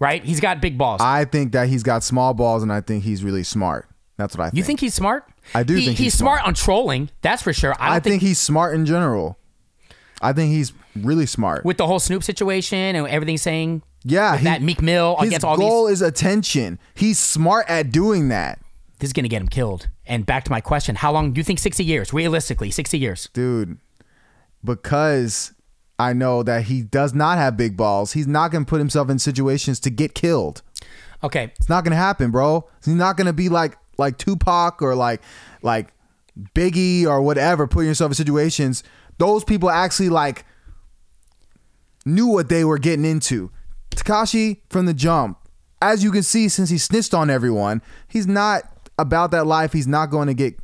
[SPEAKER 2] right? He's got big balls.
[SPEAKER 3] I think that he's got small balls, and I think he's really smart. That's what I think.
[SPEAKER 2] you think he's smart?
[SPEAKER 3] I do
[SPEAKER 2] He-
[SPEAKER 3] think
[SPEAKER 2] he's
[SPEAKER 3] he's smart.
[SPEAKER 2] smart on trolling. That's for sure. I don't
[SPEAKER 3] I
[SPEAKER 2] think,
[SPEAKER 3] think he's smart in general. I think he's really smart.
[SPEAKER 2] with the whole Snoop situation and everything saying
[SPEAKER 3] yeah, he-
[SPEAKER 2] that Meek Mill
[SPEAKER 3] His
[SPEAKER 2] against all
[SPEAKER 3] goal
[SPEAKER 2] these,
[SPEAKER 3] is attention. He's smart at doing that,
[SPEAKER 2] this is gonna get him killed. And back to my question: How long do you think? Sixty years, realistically, sixty years.
[SPEAKER 3] dude. Because I know that he does not have big balls. He's not gonna put himself in situations to get killed.
[SPEAKER 2] Okay,
[SPEAKER 3] It's not gonna happen, bro. He's not gonna be like like Tupac or like like Biggie or whatever. Putting yourself in situations. Those people actually like knew what they were getting into. Takashi from the jump, as you can see, since he snitched on everyone, he's not about that life. He's not going to get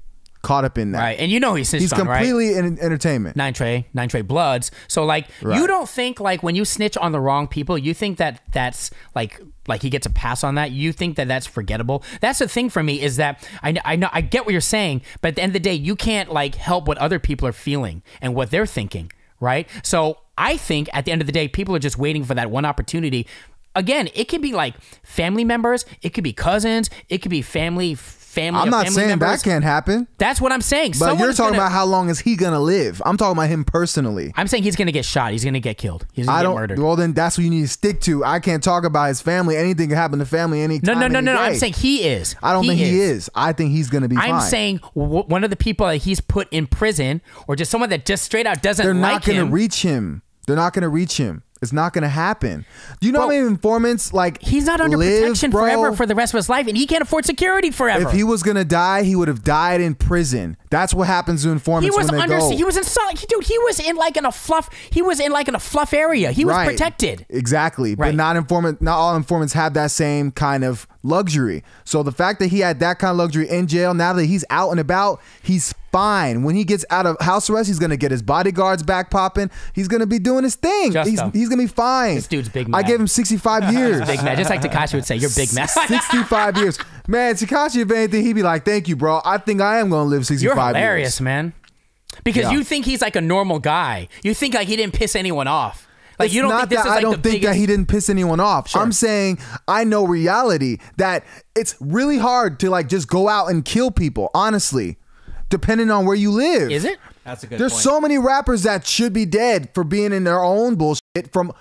[SPEAKER 3] caught up in that.
[SPEAKER 2] all right, and you know he's
[SPEAKER 3] He's
[SPEAKER 2] snitched on, right?
[SPEAKER 3] completely in entertainment.
[SPEAKER 2] Nine Trey, Nine Trey Bloods. So like, you
[SPEAKER 3] Right.
[SPEAKER 2] don't think like when you snitch on the wrong people, you think that that's like like he gets a pass on that. You think that that's forgettable. That's the thing for me is that I kn- I know I get what you're saying, but at the end of the day, you can't like help what other people are feeling and what they're thinking, right? So I think at the end of the day, people are just waiting for that one opportunity. Again, it can be like family members, it could be cousins, it could be family family.
[SPEAKER 3] I'm
[SPEAKER 2] of
[SPEAKER 3] not
[SPEAKER 2] family
[SPEAKER 3] saying
[SPEAKER 2] members.
[SPEAKER 3] that can't happen,
[SPEAKER 2] That's what I'm saying.
[SPEAKER 3] but
[SPEAKER 2] Someone
[SPEAKER 3] you're
[SPEAKER 2] is
[SPEAKER 3] talking
[SPEAKER 2] gonna-
[SPEAKER 3] about how long is he going to live? I'm talking about him personally.
[SPEAKER 2] I'm saying he's gonna get shot. He's gonna get killed. He's gonna
[SPEAKER 3] I
[SPEAKER 2] get
[SPEAKER 3] don't.
[SPEAKER 2] murdered.
[SPEAKER 3] Well, then that's what you need to stick to. I can't talk about his family. Anything can happen to family
[SPEAKER 2] no,
[SPEAKER 3] anytime.
[SPEAKER 2] no, no,
[SPEAKER 3] any
[SPEAKER 2] no, no. I'm
[SPEAKER 3] day.
[SPEAKER 2] saying he is.
[SPEAKER 3] I don't think he is. I think he's going to be
[SPEAKER 2] I'm
[SPEAKER 3] fine.
[SPEAKER 2] saying w- one of the people that he's put in prison, or just someone that just straight out doesn't
[SPEAKER 3] they're
[SPEAKER 2] like
[SPEAKER 3] not going
[SPEAKER 2] him.
[SPEAKER 3] to reach him. They're not going to reach him. It's not going to happen. Do you know how
[SPEAKER 2] Well,
[SPEAKER 3] many informants like
[SPEAKER 2] he's not under
[SPEAKER 3] live,
[SPEAKER 2] protection
[SPEAKER 3] bro?
[SPEAKER 2] forever for the rest of his life, and he can't afford security forever.
[SPEAKER 3] If he was going to die, he would have died in prison. That's what happens to informants
[SPEAKER 2] He was
[SPEAKER 3] when they
[SPEAKER 2] under.
[SPEAKER 3] go.
[SPEAKER 2] He was in. sol- Dude, he was in like in a fluff. He was in like in a fluff area. He was
[SPEAKER 3] Right.
[SPEAKER 2] protected.
[SPEAKER 3] Exactly.
[SPEAKER 2] Right.
[SPEAKER 3] But not informant not all informants have that same kind of luxury. So the fact that he had that kind of luxury in jail, now that he's out and about, he's fine. When he gets out of house arrest, he's gonna get his bodyguards back popping. He's gonna be doing his thing.
[SPEAKER 2] Just
[SPEAKER 3] he's,
[SPEAKER 2] him.
[SPEAKER 3] he's gonna be fine.
[SPEAKER 2] This dude's big
[SPEAKER 3] I
[SPEAKER 2] mad.
[SPEAKER 3] gave him
[SPEAKER 2] <laughs>
[SPEAKER 3] sixty five years.
[SPEAKER 2] Big man, just like Takashi would say, "You're big man." <laughs>
[SPEAKER 3] 65 years. Man, Takashi, if anything, he'd be like, Thank you, bro. I think I am gonna live 65
[SPEAKER 2] You're hilarious,
[SPEAKER 3] years.
[SPEAKER 2] man. Because
[SPEAKER 3] Yeah.
[SPEAKER 2] you think he's like a normal guy. You think like he didn't piss anyone off. Like you don't
[SPEAKER 3] It's
[SPEAKER 2] think this
[SPEAKER 3] that
[SPEAKER 2] is like
[SPEAKER 3] I don't
[SPEAKER 2] the
[SPEAKER 3] think
[SPEAKER 2] biggest.
[SPEAKER 3] that he didn't piss anyone off. I'm saying I know reality that it's really hard to like just go out and kill people. Honestly, depending on where you
[SPEAKER 2] <laughs>
[SPEAKER 3] live,
[SPEAKER 2] is it?
[SPEAKER 4] That's a good
[SPEAKER 3] There's
[SPEAKER 4] point.
[SPEAKER 3] so many rappers that should be dead for being in their own bullshit from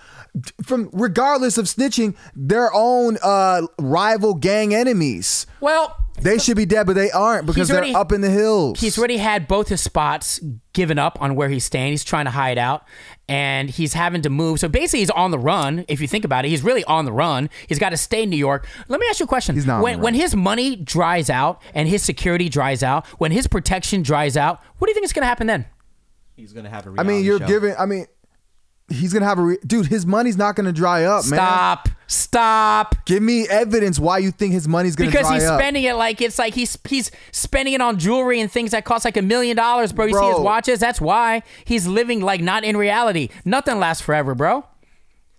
[SPEAKER 3] from regardless of snitching their own uh rival gang enemies.
[SPEAKER 2] Well,
[SPEAKER 3] They should be dead, but they aren't because
[SPEAKER 2] He's
[SPEAKER 3] they're
[SPEAKER 2] already-
[SPEAKER 3] up in the hills.
[SPEAKER 2] he's already had both his spots given up on where he's staying. He's trying to hide out, and he's having to move. So basically, he's on the run. If you think about it, he's really on the run. He's got to stay in New York. Let me ask you a question.
[SPEAKER 3] He's not on
[SPEAKER 2] When,
[SPEAKER 3] the run.
[SPEAKER 2] when his money dries out and his security dries out, when his protection dries out, what do you think is going to happen then?
[SPEAKER 4] He's gonna have a
[SPEAKER 3] I
[SPEAKER 4] reality
[SPEAKER 3] mean, you're
[SPEAKER 4] show.
[SPEAKER 3] giving. I mean, he's gonna have a re- dude. His money's not gonna dry up, man.
[SPEAKER 2] Stop! Stop!
[SPEAKER 3] Give me evidence why you think his money's gonna
[SPEAKER 2] because
[SPEAKER 3] dry
[SPEAKER 2] he's
[SPEAKER 3] up.
[SPEAKER 2] spending it like it's like he's he's spending it on jewelry and things that cost like a million dollars, bro. You see his
[SPEAKER 3] Bro.
[SPEAKER 2] watches? That's why he's living like not in reality. Nothing lasts forever, bro.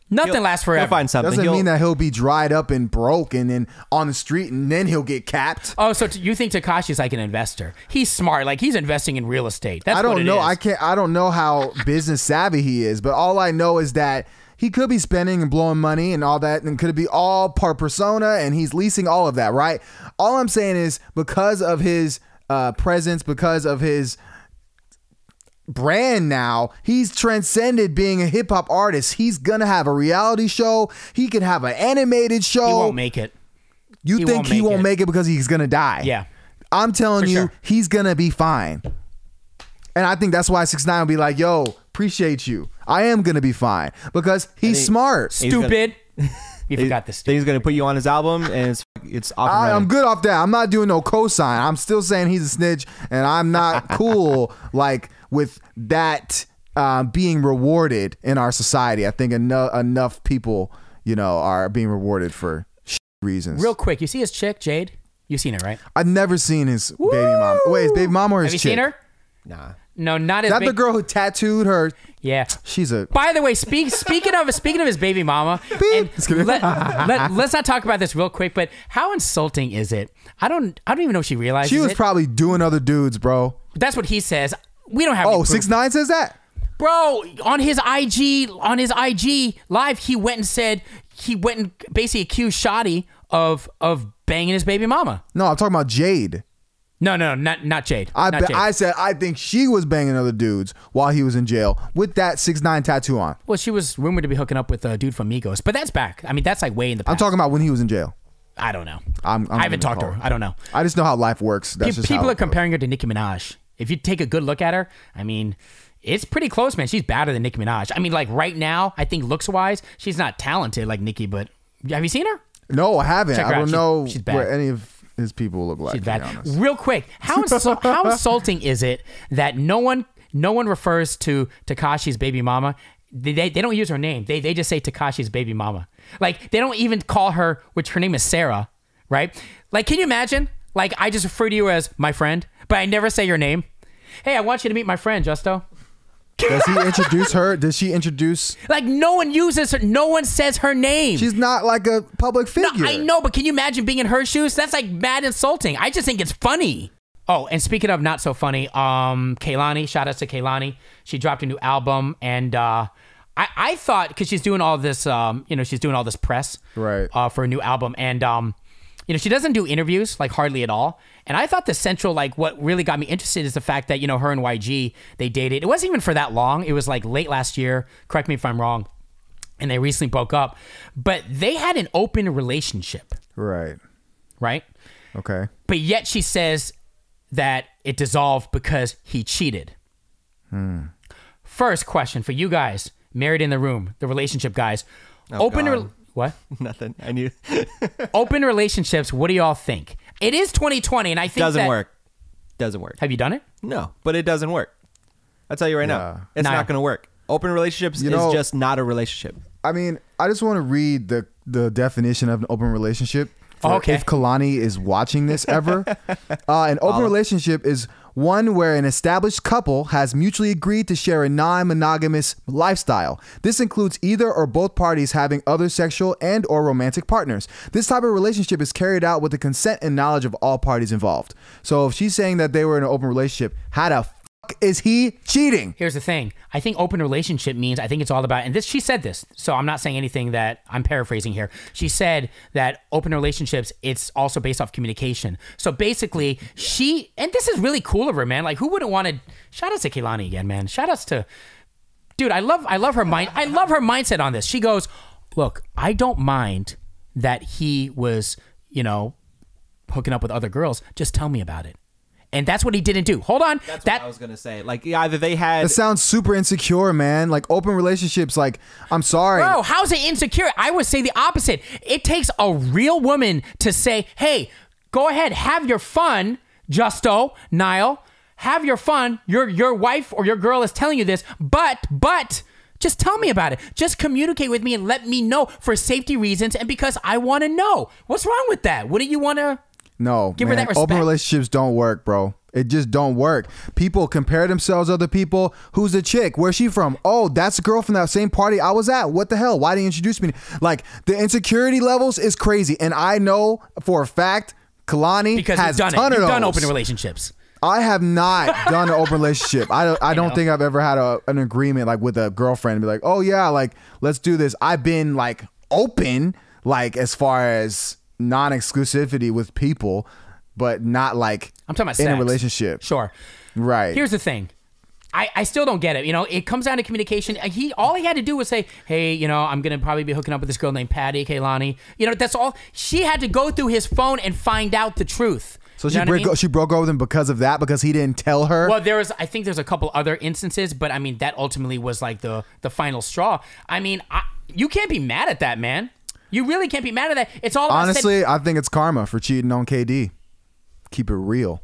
[SPEAKER 2] Nothing
[SPEAKER 4] He'll-
[SPEAKER 2] lasts
[SPEAKER 4] He'll
[SPEAKER 2] forever.
[SPEAKER 4] find something.
[SPEAKER 3] Doesn't
[SPEAKER 4] He'll-
[SPEAKER 3] mean that he'll be dried up and broke and then on the street and then he'll get capped.
[SPEAKER 2] oh, so t- you think Takashi's like an investor? He's smart. Like he's investing in real estate. That's
[SPEAKER 3] I
[SPEAKER 2] what
[SPEAKER 3] don't
[SPEAKER 2] it
[SPEAKER 3] know.
[SPEAKER 2] is.
[SPEAKER 3] I can't. I don't
[SPEAKER 2] <laughs>
[SPEAKER 3] know how business savvy he is, but all I know is that he could be spending and blowing money and all that, and could be all per persona, and he's leasing all of that, right? All I'm saying is because of his uh, presence, because of his brand now. He's transcended being a hip hop artist. He's gonna have a reality show. He can have an animated show.
[SPEAKER 2] He won't make it.
[SPEAKER 3] you
[SPEAKER 2] he
[SPEAKER 3] think
[SPEAKER 2] won't
[SPEAKER 3] he
[SPEAKER 2] make
[SPEAKER 3] won't
[SPEAKER 2] it.
[SPEAKER 3] make it because he's gonna die?
[SPEAKER 2] Yeah.
[SPEAKER 3] I'm telling
[SPEAKER 2] For
[SPEAKER 3] you,
[SPEAKER 2] sure.
[SPEAKER 3] he's gonna be fine. And I think that's why six nine will be like, "Yo, appreciate you. I am gonna be fine because he's smart.
[SPEAKER 4] He's gonna-
[SPEAKER 2] Stupid. <laughs> you forgot this.
[SPEAKER 4] Then
[SPEAKER 2] Stupid.
[SPEAKER 4] he's gonna put you on his album, and it's it's off. and
[SPEAKER 3] I,
[SPEAKER 4] running.
[SPEAKER 3] I'm good off that. I'm not doing no cosign. I'm still saying he's a snitch, and
[SPEAKER 2] <laughs>
[SPEAKER 3] I'm not cool like with that uh, being rewarded in our society. I think enough enough people, you know, are being rewarded for sh- reasons.
[SPEAKER 2] Real quick, you see his chick Jade. You seen her, right?
[SPEAKER 3] I've never seen his baby mom. Wait, his baby mom or
[SPEAKER 2] Have
[SPEAKER 3] his
[SPEAKER 2] you
[SPEAKER 3] chick?
[SPEAKER 2] seen her?
[SPEAKER 4] Nah.
[SPEAKER 2] No, not his.
[SPEAKER 3] Is that the
[SPEAKER 2] big-
[SPEAKER 3] girl who tattooed her?
[SPEAKER 2] Yeah.
[SPEAKER 3] She's a
[SPEAKER 2] By the way, speak, speaking of speaking of his baby
[SPEAKER 3] <laughs>
[SPEAKER 2] mama, and
[SPEAKER 3] Just kidding.
[SPEAKER 2] let, us not talk about this real quick. But how insulting is it? I don't I don't even know if she realizes
[SPEAKER 3] She was
[SPEAKER 2] it.
[SPEAKER 3] probably doing other dudes, bro.
[SPEAKER 2] That's what he says. We don't have. any
[SPEAKER 3] Oh,
[SPEAKER 2] proof.
[SPEAKER 3] six nine says that.
[SPEAKER 2] bro on his IG on his IG live. He went and said he went and basically accused Shoddy of of banging his baby mama.
[SPEAKER 3] No, I'm talking about Jade.
[SPEAKER 2] No, no, not not Jade.
[SPEAKER 3] I,
[SPEAKER 2] not
[SPEAKER 3] be-
[SPEAKER 2] Jade.
[SPEAKER 3] I said I think she was banging other dudes while he was in jail with that six nine tattoo on.
[SPEAKER 2] well, she was rumored to be hooking up with a dude from Migos, but that's back. I mean, that's like way in the past.
[SPEAKER 3] I'm talking about when he was in jail.
[SPEAKER 2] I don't know.
[SPEAKER 3] I'm- I'm
[SPEAKER 2] I have not
[SPEAKER 3] gonna
[SPEAKER 2] talked to her.
[SPEAKER 3] call
[SPEAKER 2] I don't know.
[SPEAKER 3] I just know how life works. That's
[SPEAKER 2] Pe-
[SPEAKER 3] just
[SPEAKER 2] people
[SPEAKER 3] how
[SPEAKER 2] are comparing her to Nicki Minaj. If you take a good look at her, I mean, it's pretty close, man. She's better than Nicki Minaj. I mean, like right now, I think looks wise, she's not talented like Nicki, but have you seen her?
[SPEAKER 3] No, I haven't.
[SPEAKER 2] Check her
[SPEAKER 3] I
[SPEAKER 2] out.
[SPEAKER 3] don't
[SPEAKER 2] She's-
[SPEAKER 3] know
[SPEAKER 2] she's bad.
[SPEAKER 3] what any of his people look like.
[SPEAKER 2] She's
[SPEAKER 3] to be
[SPEAKER 2] bad. <laughs>
[SPEAKER 3] honest.
[SPEAKER 2] Real quick,
[SPEAKER 3] <laughs>
[SPEAKER 2] how insul- how insulting is it that no one no one refers to Takashi's baby mama? They, they, they don't use her name. They they just say Takashi's baby mama. Like they don't even call her, which her name is Sarah, right? Like, can you imagine? Like I just refer to you as my friend, but I never say your name. Hey, I want you to meet my friend, Justo.
[SPEAKER 3] Does he introduce her? Does she introduce?
[SPEAKER 2] Like no one uses her. No one says her name.
[SPEAKER 3] She's not like a public
[SPEAKER 2] No,
[SPEAKER 3] figure.
[SPEAKER 2] I know, but can you imagine being in her shoes? That's like mad insulting. I just think it's funny. Oh, and speaking of not so funny, um, Kaylani, shout outs to Kaylani. She dropped a new album, and uh, I, I thought because she's doing all this, um, you know, she's doing all this press,
[SPEAKER 3] Right.
[SPEAKER 2] uh, for a new album, and um, you know, she doesn't do interviews like hardly at all. And I thought the central, like, what really got me interested is the fact that you know her and YG they dated. It wasn't even for that long. It was like late last year. Correct me if I'm wrong. And they recently broke up, but they had an open relationship
[SPEAKER 3] Right.
[SPEAKER 2] right?
[SPEAKER 3] Okay.
[SPEAKER 2] But yet she says that it dissolved because he cheated. Hmm. First question for you guys, married in the room, the relationship guys. open re-
[SPEAKER 4] Oh, God.
[SPEAKER 2] what? <laughs>
[SPEAKER 4] <laughs> Nothing. I knew.
[SPEAKER 2] open relationships. What do y'all think? It is 2020, and I think
[SPEAKER 4] doesn't
[SPEAKER 2] that-
[SPEAKER 4] work. Doesn't work.
[SPEAKER 2] Have you done it?
[SPEAKER 4] No, but it doesn't work. I tell you right
[SPEAKER 3] Yeah.
[SPEAKER 4] now, it's
[SPEAKER 2] Nah.
[SPEAKER 4] not going to work. Open relationships
[SPEAKER 3] You know-
[SPEAKER 4] is just not a relationship.
[SPEAKER 3] I mean, I just want to read the the definition of an open relationship. for
[SPEAKER 2] Okay.
[SPEAKER 3] If Kalani is watching this ever, uh, an open relationship is one where an established couple has mutually agreed to share a non-monogamous lifestyle. This includes either or both parties having other sexual and or romantic partners. This type of relationship is carried out with the consent and knowledge of all parties involved. So if she's saying that they were in an open relationship, how the fuck is he cheating?
[SPEAKER 2] Here's the thing. I think open relationship means I think it's all about and this she said this, so I'm not saying anything that I'm paraphrasing here. She said that open relationships it's also based off communication. So basically, she and this is really cool of her, man. Like who wouldn't want to shout outs to Kehlani again, man. Shout outs to Dude, I love I love her mind I love her mindset on this. She goes, Look, I don't mind that he was, you know, hooking up with other girls. Just tell me about it. And that's what he didn't do. Hold on.
[SPEAKER 4] That's
[SPEAKER 2] that
[SPEAKER 4] what I was going to say. Like, either they had.
[SPEAKER 3] That sounds super insecure, man. Like open relationships, like I'm sorry.
[SPEAKER 2] Bro, how's it insecure? I would say the opposite. It takes a real woman to say, hey, go ahead, have your fun, Justo, Niall. Have your fun. Your your wife or your girl is telling you this, but but just tell me about it. Just communicate with me and let me know for safety reasons and because I want to know. What's wrong with that? Wouldn't you want to?
[SPEAKER 3] no,
[SPEAKER 2] Give her
[SPEAKER 3] man.
[SPEAKER 2] that
[SPEAKER 3] Open
[SPEAKER 2] respect.
[SPEAKER 3] relationships don't work, bro. It just don't work. People compare themselves to other people. Who's the chick? Where's she from? Oh, that's a girl from that same party I was at. What the hell? Why didn't you introduce me? Like the insecurity levels is crazy, and I know for a fact. Kalani
[SPEAKER 2] Because
[SPEAKER 3] has
[SPEAKER 2] you've done
[SPEAKER 3] ton
[SPEAKER 2] it.
[SPEAKER 3] of
[SPEAKER 2] You've done
[SPEAKER 3] those.
[SPEAKER 2] open relationships.
[SPEAKER 3] I
[SPEAKER 2] <laughs>
[SPEAKER 3] have not done an open relationship. I don't, I don't think I've ever had a, an agreement like with a girlfriend and be like, oh yeah, like let's do this. I've been like open, like as far as non-exclusivity with people, but not like
[SPEAKER 2] I'm talking about
[SPEAKER 3] in a
[SPEAKER 2] sex.
[SPEAKER 3] relationship.
[SPEAKER 2] Sure.
[SPEAKER 3] Right.
[SPEAKER 2] Here's the thing. I, I still don't get it. You know, it comes down to communication. And He all he had to do was say, "Hey, you know, I'm gonna probably be hooking up with this girl named Patty Kaylani." You know, that's all. She had to go through his phone and find out the truth.
[SPEAKER 3] so
[SPEAKER 2] You
[SPEAKER 3] she
[SPEAKER 2] know what I
[SPEAKER 3] broke
[SPEAKER 2] mean?
[SPEAKER 3] she broke up with him because of that because he didn't tell her.
[SPEAKER 2] Well, there was. I think there's a couple other instances, but I mean, that ultimately was like the the final straw. I mean, I, you can't be mad at that, man. You really can't be mad at that. It's all about set-
[SPEAKER 3] Honestly, I think it's karma for cheating on KD. Keep it real.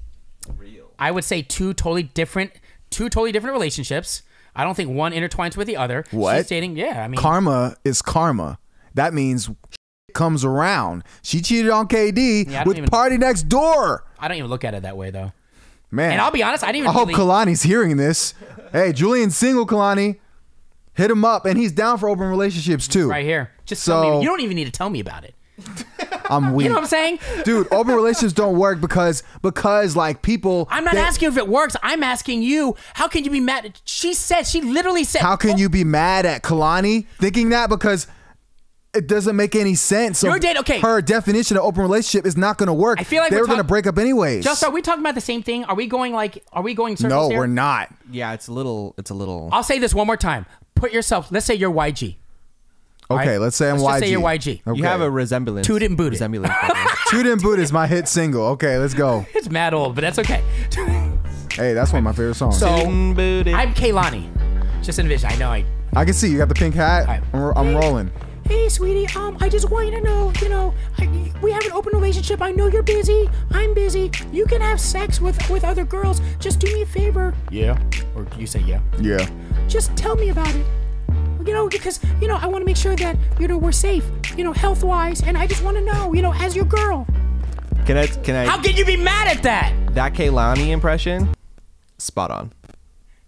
[SPEAKER 2] I would say two totally different, two totally different relationships. I don't think one intertwines with the other.
[SPEAKER 3] What?
[SPEAKER 2] She's dating. Yeah, I mean,
[SPEAKER 3] karma is karma. That means comes around. She cheated on KD
[SPEAKER 2] Yeah, I don't
[SPEAKER 3] with
[SPEAKER 2] even-
[SPEAKER 3] party next door.
[SPEAKER 2] I don't even look at it that way though.
[SPEAKER 3] Man,
[SPEAKER 2] And I'll be honest, I didn't
[SPEAKER 3] I
[SPEAKER 2] even
[SPEAKER 3] hope
[SPEAKER 2] really,
[SPEAKER 3] Kalani's hearing this. Hey, Julian's single, Kalani. Hit him up, and he's down for open relationships too.
[SPEAKER 2] right here. Just
[SPEAKER 3] So-
[SPEAKER 2] tell me. You don't even need to tell me about it.
[SPEAKER 3] I'm
[SPEAKER 2] <laughs>
[SPEAKER 3] weak,
[SPEAKER 2] You know what I'm saying?
[SPEAKER 3] dude. Open relationships don't work because because like people.
[SPEAKER 2] I'm not
[SPEAKER 3] they-
[SPEAKER 2] asking if it works. I'm asking you, how can you be mad? She said, she literally said,
[SPEAKER 3] How can you be mad at Kalani thinking that because it doesn't make any sense. So
[SPEAKER 2] You're dead- okay.
[SPEAKER 3] Her definition of open relationship is not going to work.
[SPEAKER 2] I feel like
[SPEAKER 3] they
[SPEAKER 2] we're
[SPEAKER 3] were going to
[SPEAKER 2] talk-
[SPEAKER 3] break up anyways.
[SPEAKER 2] Just are we talking about the same thing? Are we going like are we going circles
[SPEAKER 3] no,
[SPEAKER 2] here?
[SPEAKER 3] we're not.
[SPEAKER 4] Yeah, it's a little. It's a little.
[SPEAKER 2] I'll say this one more time. Put yourself. Let's say you're YG.
[SPEAKER 3] Okay,
[SPEAKER 2] right?
[SPEAKER 3] let's say I'm
[SPEAKER 2] Let's
[SPEAKER 3] YG.
[SPEAKER 2] just say you're YG.
[SPEAKER 3] Okay.
[SPEAKER 4] You have
[SPEAKER 3] <laughs>
[SPEAKER 4] a resemblance.
[SPEAKER 2] Toot it and boot it.
[SPEAKER 4] <laughs> Resemblance.
[SPEAKER 3] Toot and Boot is my hit single. Okay, let's go.
[SPEAKER 2] It's mad old, but that's okay. <laughs>
[SPEAKER 3] Hey, that's one of my favorite songs.
[SPEAKER 2] So-
[SPEAKER 4] Toot and boot it.
[SPEAKER 2] I'm Kaylani. Just envision. I know. I.
[SPEAKER 3] I can see you got the pink hat.
[SPEAKER 2] Alright.
[SPEAKER 3] I'm, I'm rolling.
[SPEAKER 2] Hey, sweetie. Um, I just want you to know. You know, I, we have an open relationship. I know you're busy. I'm busy. You can have sex with with other girls. Just do me a favor. Yeah. Or you say yeah.
[SPEAKER 3] Yeah.
[SPEAKER 2] Just tell me about it. You know, because you know, I want to make sure that you know we're safe. You know, health wise, and I just want to know. You know, as your girl.
[SPEAKER 4] Can I? Can I?
[SPEAKER 2] How can you be mad at that?
[SPEAKER 4] that Kaylani impression, spot on.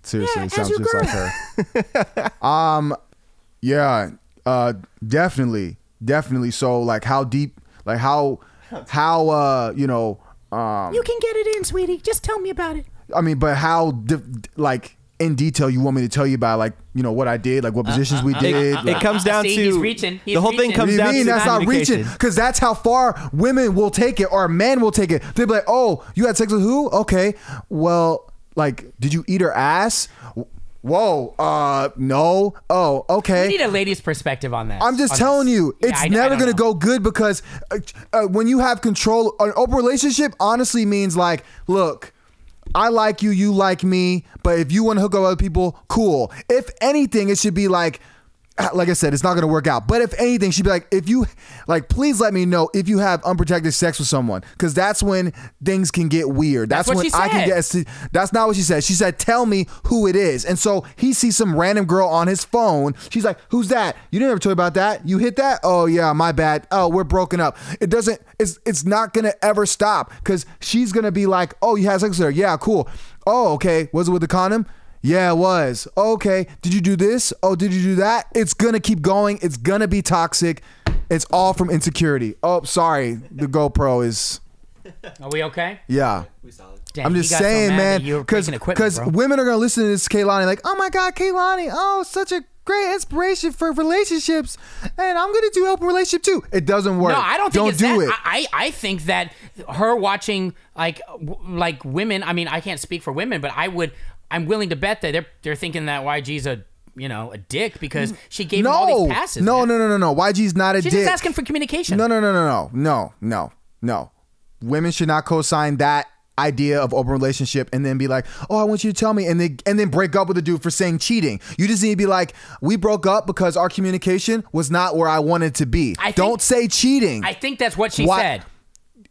[SPEAKER 3] Seriously,
[SPEAKER 2] Yeah,
[SPEAKER 3] it sounds
[SPEAKER 2] as your
[SPEAKER 3] just like her. um, <laughs> yeah, uh, definitely, definitely. So, like, how deep? Like, how, how, uh, you know, um,
[SPEAKER 2] You can get it in, sweetie. Just tell me about it.
[SPEAKER 3] I mean, but how, de- like, in detail, you want me to tell you about, like, you know, what I did, like, what positions we did.
[SPEAKER 4] It
[SPEAKER 3] like-
[SPEAKER 4] comes
[SPEAKER 2] uh,
[SPEAKER 4] down
[SPEAKER 2] see,
[SPEAKER 4] to
[SPEAKER 2] he's reaching. He's
[SPEAKER 4] the whole
[SPEAKER 2] reaching.
[SPEAKER 4] thing comes
[SPEAKER 3] you
[SPEAKER 4] down
[SPEAKER 3] mean
[SPEAKER 4] to
[SPEAKER 3] that's not reaching?
[SPEAKER 4] communication.
[SPEAKER 3] Because that's how far women will take it or men will take it. They'll be like, "Oh, you had sex with who? Okay, well, like, did you eat her ass? Whoa, uh, no. Oh, okay.
[SPEAKER 2] We need a lady's perspective on that.
[SPEAKER 3] I'm just telling you, it's never gonna go good because uh, uh, when you have control, an open relationship honestly means like, look, I like you, you like me, but if you want to hook up with other people, cool. If anything, it should be like, ah, like I said, it's not gonna work out. But if anything, she'd be like, if you, like, please let me know if you have unprotected sex with someone, because that's when things can get weird. That's,
[SPEAKER 2] That's what
[SPEAKER 3] when
[SPEAKER 2] she
[SPEAKER 3] I can
[SPEAKER 2] said.
[SPEAKER 3] get See, that's not what she said. She said, "Tell me who it is." And so he sees some random girl on his phone. She's like, "Who's that? You didn't ever tell me about that. You hit that? Oh yeah, my bad. Oh, we're broken up." It doesn't. It's it's not gonna ever stop because she's gonna be like, "Oh, you had sex with her? Yeah, cool. Oh, okay. Was it with the condom?" Yeah, it was. Okay. Did you do this? Oh, did you do that? It's gonna keep going. It's gonna be toxic. It's all from insecurity. Oh, sorry. The GoPro is
[SPEAKER 2] Are we okay?
[SPEAKER 3] yeah.
[SPEAKER 2] Dang,
[SPEAKER 3] I'm
[SPEAKER 2] he
[SPEAKER 3] just
[SPEAKER 2] got so
[SPEAKER 3] saying,
[SPEAKER 2] mad that
[SPEAKER 3] man,
[SPEAKER 2] you were
[SPEAKER 3] because
[SPEAKER 2] breaking equipment, bro.
[SPEAKER 3] women are gonna listen to this Kaylani like, oh my god, Kaylani, oh such a great inspiration for relationships, and I'm gonna do open relationship too. It doesn't work.
[SPEAKER 2] No, I don't think
[SPEAKER 3] don't
[SPEAKER 2] it's
[SPEAKER 3] do
[SPEAKER 2] that.
[SPEAKER 3] it.
[SPEAKER 2] I, I I think that her watching like w- like women. I mean, I can't speak for women, but I would. I'm willing to bet that they're they're thinking that YG's a you know a dick because she gave him all
[SPEAKER 3] no,
[SPEAKER 2] these passes.
[SPEAKER 3] no,
[SPEAKER 2] man.
[SPEAKER 3] no, no, no, no. YG's not a
[SPEAKER 2] She's
[SPEAKER 3] dick.
[SPEAKER 2] just asking for communication.
[SPEAKER 3] No, no, no, no, no, no, no, no. Women should not co-sign that idea of open relationship and then be like, "Oh, I want you to tell me," and then and then break up with a dude for saying cheating. You just need to be like, "We broke up because our communication was not where I wanted to be."
[SPEAKER 2] I think-
[SPEAKER 3] Don't say cheating.
[SPEAKER 2] I think that's what she
[SPEAKER 3] Why-
[SPEAKER 2] said.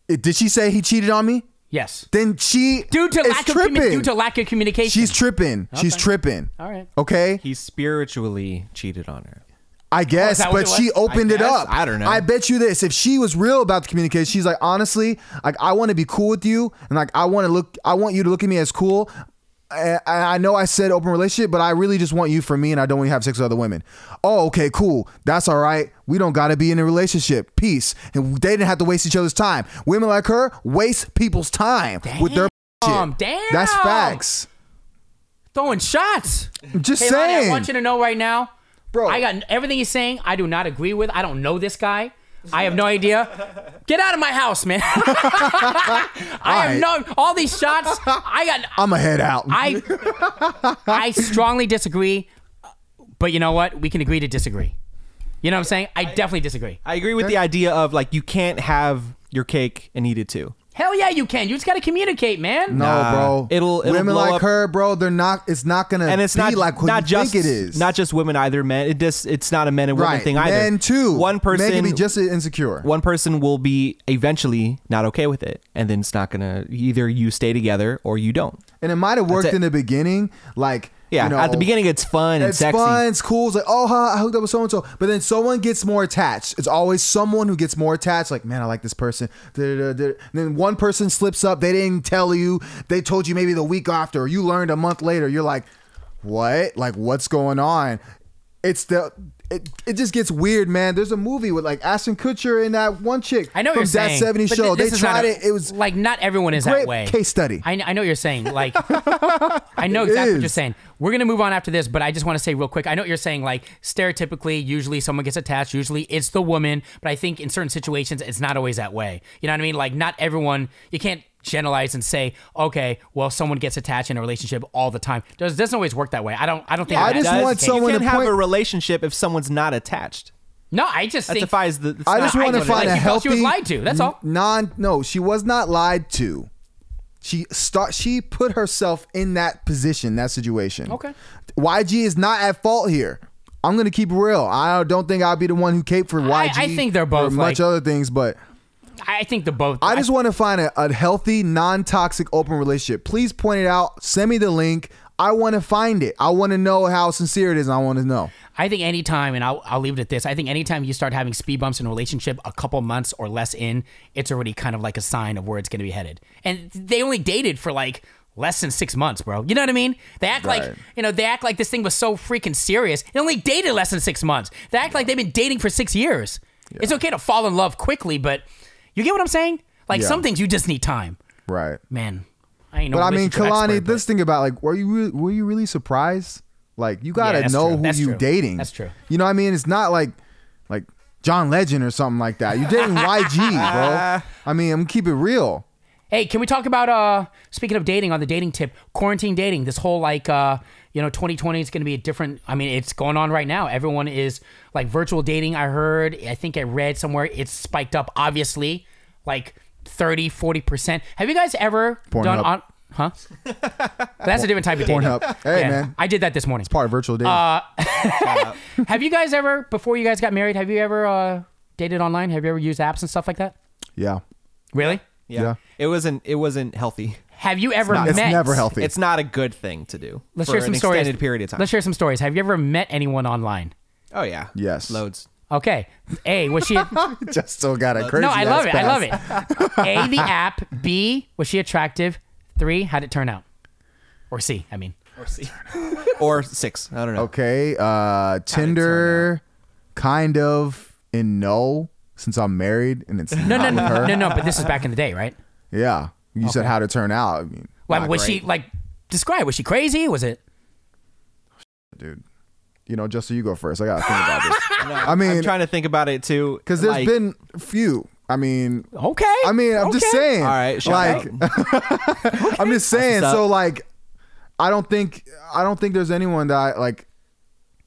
[SPEAKER 3] It- Did she say he cheated on me?
[SPEAKER 2] Yes.
[SPEAKER 3] Then she
[SPEAKER 2] Due to
[SPEAKER 3] is
[SPEAKER 2] lack of
[SPEAKER 3] tripping.
[SPEAKER 2] commu- due to lack of communication.
[SPEAKER 3] She's tripping. She's tripping.
[SPEAKER 2] All right.
[SPEAKER 3] Okay.
[SPEAKER 4] He spiritually cheated on her.
[SPEAKER 3] I guess,
[SPEAKER 2] that what
[SPEAKER 3] but
[SPEAKER 2] it
[SPEAKER 3] she
[SPEAKER 2] was?
[SPEAKER 3] opened
[SPEAKER 4] I
[SPEAKER 3] it
[SPEAKER 4] guess.
[SPEAKER 3] up.
[SPEAKER 4] I don't know.
[SPEAKER 3] I bet you this: if she was real about the communication, she's like, honestly, like I want to be cool with you, and like I want to look, I want you to look at me as cool. I, I I know I said open relationship, but I really just want you for me, and I don't want you to have sex with other women. Oh, okay, cool. That's all right. We don't got to be in a relationship. Peace. And they didn't have to waste each other's time. Women like her waste people's time with their
[SPEAKER 2] Damn,
[SPEAKER 3] shit.
[SPEAKER 2] Um, damn.
[SPEAKER 3] That's facts.
[SPEAKER 2] Throwing shots.
[SPEAKER 3] Just
[SPEAKER 2] Hey, Lonnie,
[SPEAKER 3] saying.
[SPEAKER 2] I want you to know right now,
[SPEAKER 3] Bro.
[SPEAKER 2] I got everything he's saying. I do not agree with. I don't know this guy. I have no idea. Get out of my house, man. <laughs> I have no all these shots. I got.
[SPEAKER 3] I'm a head out.
[SPEAKER 2] I I strongly disagree. But you know what? We can agree to disagree. You know what I'm saying? I definitely disagree.
[SPEAKER 4] I agree with the idea of like you can't have your cake and eat it too.
[SPEAKER 2] Hell yeah, you can. You just gotta communicate, man.
[SPEAKER 3] No,
[SPEAKER 4] Nah.
[SPEAKER 3] bro.
[SPEAKER 4] It'll- it'll
[SPEAKER 3] women
[SPEAKER 4] blow
[SPEAKER 3] like
[SPEAKER 4] up-
[SPEAKER 3] her, bro. They're not. It's not gonna.
[SPEAKER 4] And it's
[SPEAKER 3] be
[SPEAKER 4] not
[SPEAKER 3] like what
[SPEAKER 4] not
[SPEAKER 3] you
[SPEAKER 4] just
[SPEAKER 3] think it is.
[SPEAKER 4] not just women either. Men, it just it's not a men and women
[SPEAKER 3] right.
[SPEAKER 4] thing either.
[SPEAKER 3] Men too.
[SPEAKER 4] One person
[SPEAKER 3] Men can be just as insecure.
[SPEAKER 4] one person will be eventually not okay with it, and then it's not gonna either you stay together or you don't.
[SPEAKER 3] and it might have worked
[SPEAKER 4] it.
[SPEAKER 3] in the beginning, like
[SPEAKER 4] Yeah,
[SPEAKER 3] you know,
[SPEAKER 4] at the beginning it's fun and
[SPEAKER 3] it's
[SPEAKER 4] sexy.
[SPEAKER 3] fun, it's cool. It's like, oh, huh, I hooked up with so and so. But then someone gets more attached. It's always someone who gets more attached. Like, man, I like this person. Da-da-da-da. And then one person slips up. They didn't tell you. They told you maybe the week after, or you learned a month later. You're like, what? Like, what's going on? It's the it, it just gets weird, man. There's a movie with like Ashton Kutcher and that one chick
[SPEAKER 2] I know what
[SPEAKER 3] from
[SPEAKER 2] you're
[SPEAKER 3] that
[SPEAKER 2] saying.
[SPEAKER 3] 70
[SPEAKER 2] but
[SPEAKER 3] show.
[SPEAKER 2] thi- this
[SPEAKER 3] they
[SPEAKER 2] is not
[SPEAKER 3] tried
[SPEAKER 2] a-
[SPEAKER 3] it. It was
[SPEAKER 2] like not everyone is
[SPEAKER 3] great
[SPEAKER 2] that way.
[SPEAKER 3] case study.
[SPEAKER 2] I, kn- I know what you're saying.
[SPEAKER 3] <laughs>
[SPEAKER 2] Like, I know exactly what you're
[SPEAKER 3] is.
[SPEAKER 2] saying. We're gonna move on after this, but I just want to say real quick. I know what you're saying. Like, stereotypically, usually someone gets attached. Usually it's the woman, but I think in certain situations it's not always that way. You know what I mean? Like, not everyone. You can't generalize and say, okay, well, someone gets attached in a relationship all the time. It does- doesn't always work that way. I don't. I don't think.
[SPEAKER 3] I
[SPEAKER 2] that
[SPEAKER 3] just
[SPEAKER 2] is the
[SPEAKER 3] want
[SPEAKER 2] case.
[SPEAKER 3] someone-
[SPEAKER 4] you
[SPEAKER 3] to
[SPEAKER 4] can't have
[SPEAKER 3] point-
[SPEAKER 4] a relationship if someone's not attached.
[SPEAKER 2] No, I just
[SPEAKER 4] That
[SPEAKER 2] think.
[SPEAKER 4] defies the. it's
[SPEAKER 3] I
[SPEAKER 4] not-
[SPEAKER 3] just
[SPEAKER 2] I
[SPEAKER 3] want to
[SPEAKER 2] know that.
[SPEAKER 3] find
[SPEAKER 2] Like,
[SPEAKER 3] a
[SPEAKER 2] he felt she
[SPEAKER 3] healthy.
[SPEAKER 2] was lied to, that's all.
[SPEAKER 3] n- Non, no, she was not lied to. She start. She put herself in that position, that situation.
[SPEAKER 2] Okay.
[SPEAKER 3] YG is not at fault here. I'm gonna keep it real. I don't think I'll be the one who caped for
[SPEAKER 2] I-
[SPEAKER 3] YG.
[SPEAKER 2] I think they're both,
[SPEAKER 3] or much
[SPEAKER 2] like-
[SPEAKER 3] other things, but
[SPEAKER 2] I think the both.
[SPEAKER 3] I just want to find a, a healthy, non-toxic, open relationship. Please point it out. Send me the link. I want to find it. I want to know how sincere it is. and I want to know.
[SPEAKER 2] I think anytime, and I'll, I'll leave it at this. I think anytime you start having speed bumps in a relationship a couple months or less in, it's already kind of like a sign of where it's going to be headed. And they only dated for like less than six months, bro. You know what I mean? They act like
[SPEAKER 3] Right.
[SPEAKER 2] you know they act like this thing was so freaking serious. They only dated less than six months. They act like they've been dating for six years. It's okay to fall in love quickly, but you get what I'm saying? Like
[SPEAKER 3] Yeah.
[SPEAKER 2] some things you just need time,
[SPEAKER 3] Right.
[SPEAKER 2] man. I ain't no
[SPEAKER 3] But I mean,
[SPEAKER 2] relationship
[SPEAKER 3] Kalani,
[SPEAKER 2] expert, but-
[SPEAKER 3] this thing about like, were you really, were you really surprised? Like, you gotta
[SPEAKER 2] Yeah, that's
[SPEAKER 3] know
[SPEAKER 2] true.
[SPEAKER 3] who
[SPEAKER 2] That's
[SPEAKER 3] you
[SPEAKER 2] true.
[SPEAKER 3] dating.
[SPEAKER 2] That's true.
[SPEAKER 3] You know what I mean? It's not like like John Legend or something like that. You
[SPEAKER 2] <laughs>
[SPEAKER 3] dating YG, bro. I mean, I'm gonna keep it real.
[SPEAKER 2] Hey, can we talk about uh speaking of dating on the dating tip, quarantine dating, this whole like uh you know 2020 is going to be a different I mean it's going on right now. Everyone is like virtual dating I heard, I think I read somewhere it's spiked up obviously like 30 40%. Have you guys ever done
[SPEAKER 3] Pornhub.
[SPEAKER 2] on huh?
[SPEAKER 3] <laughs>
[SPEAKER 2] That's a different type of dating.
[SPEAKER 3] Pornhub. Hey, man.
[SPEAKER 2] I did that this morning.
[SPEAKER 3] Part of virtual dating.
[SPEAKER 2] Uh, Have you guys ever before you guys got married, have you ever uh dated online? Have you ever used apps and stuff like that?
[SPEAKER 3] yeah.
[SPEAKER 2] Really?
[SPEAKER 4] Yeah.
[SPEAKER 3] Yeah.
[SPEAKER 4] It wasn't. It wasn't healthy.
[SPEAKER 2] Have you ever
[SPEAKER 3] It's
[SPEAKER 2] met
[SPEAKER 3] never healthy.
[SPEAKER 4] It's not a good thing to do.
[SPEAKER 2] Let's
[SPEAKER 4] for
[SPEAKER 2] share some
[SPEAKER 4] an
[SPEAKER 2] stories.
[SPEAKER 4] Extended period of time.
[SPEAKER 2] Let's share some stories. Have you ever met anyone online?
[SPEAKER 4] oh yeah.
[SPEAKER 3] Yes.
[SPEAKER 4] Loads.
[SPEAKER 2] Okay. A, was
[SPEAKER 4] <laughs>
[SPEAKER 2] she. no,
[SPEAKER 3] <laughs> just still got a crazy.
[SPEAKER 2] I
[SPEAKER 3] ass
[SPEAKER 2] love it. I
[SPEAKER 3] past.
[SPEAKER 2] love it. A,
[SPEAKER 4] <laughs>
[SPEAKER 2] the app. B, was she attractive? Three, how'd it turn out? Or C, I mean.
[SPEAKER 4] Or C. or six. I don't know.
[SPEAKER 3] Okay. Uh, Tinder, kind of in no since I'm married and
[SPEAKER 2] <laughs>
[SPEAKER 3] it's
[SPEAKER 2] No, no,
[SPEAKER 3] not with
[SPEAKER 2] no,
[SPEAKER 3] her.
[SPEAKER 2] no, no, but this is back in the day, right?
[SPEAKER 3] Yeah. You said how to turn out. I mean,
[SPEAKER 2] Well,
[SPEAKER 3] not
[SPEAKER 2] was
[SPEAKER 3] great.
[SPEAKER 2] she, like, describe, was she crazy? Was it.
[SPEAKER 3] dude. You know, just so you go first. I gotta think
[SPEAKER 2] <laughs>
[SPEAKER 3] about this. I
[SPEAKER 4] I'm
[SPEAKER 3] mean,
[SPEAKER 4] trying to think about it too.
[SPEAKER 3] because there's
[SPEAKER 4] like-
[SPEAKER 3] been few. I mean,
[SPEAKER 2] Okay.
[SPEAKER 3] I mean, I'm just
[SPEAKER 2] okay.
[SPEAKER 3] saying.
[SPEAKER 4] All right. Shout
[SPEAKER 3] like,
[SPEAKER 4] out.
[SPEAKER 3] I'm just saying.
[SPEAKER 4] what's up.
[SPEAKER 3] So, like, I don't think I don't think there's anyone that I, like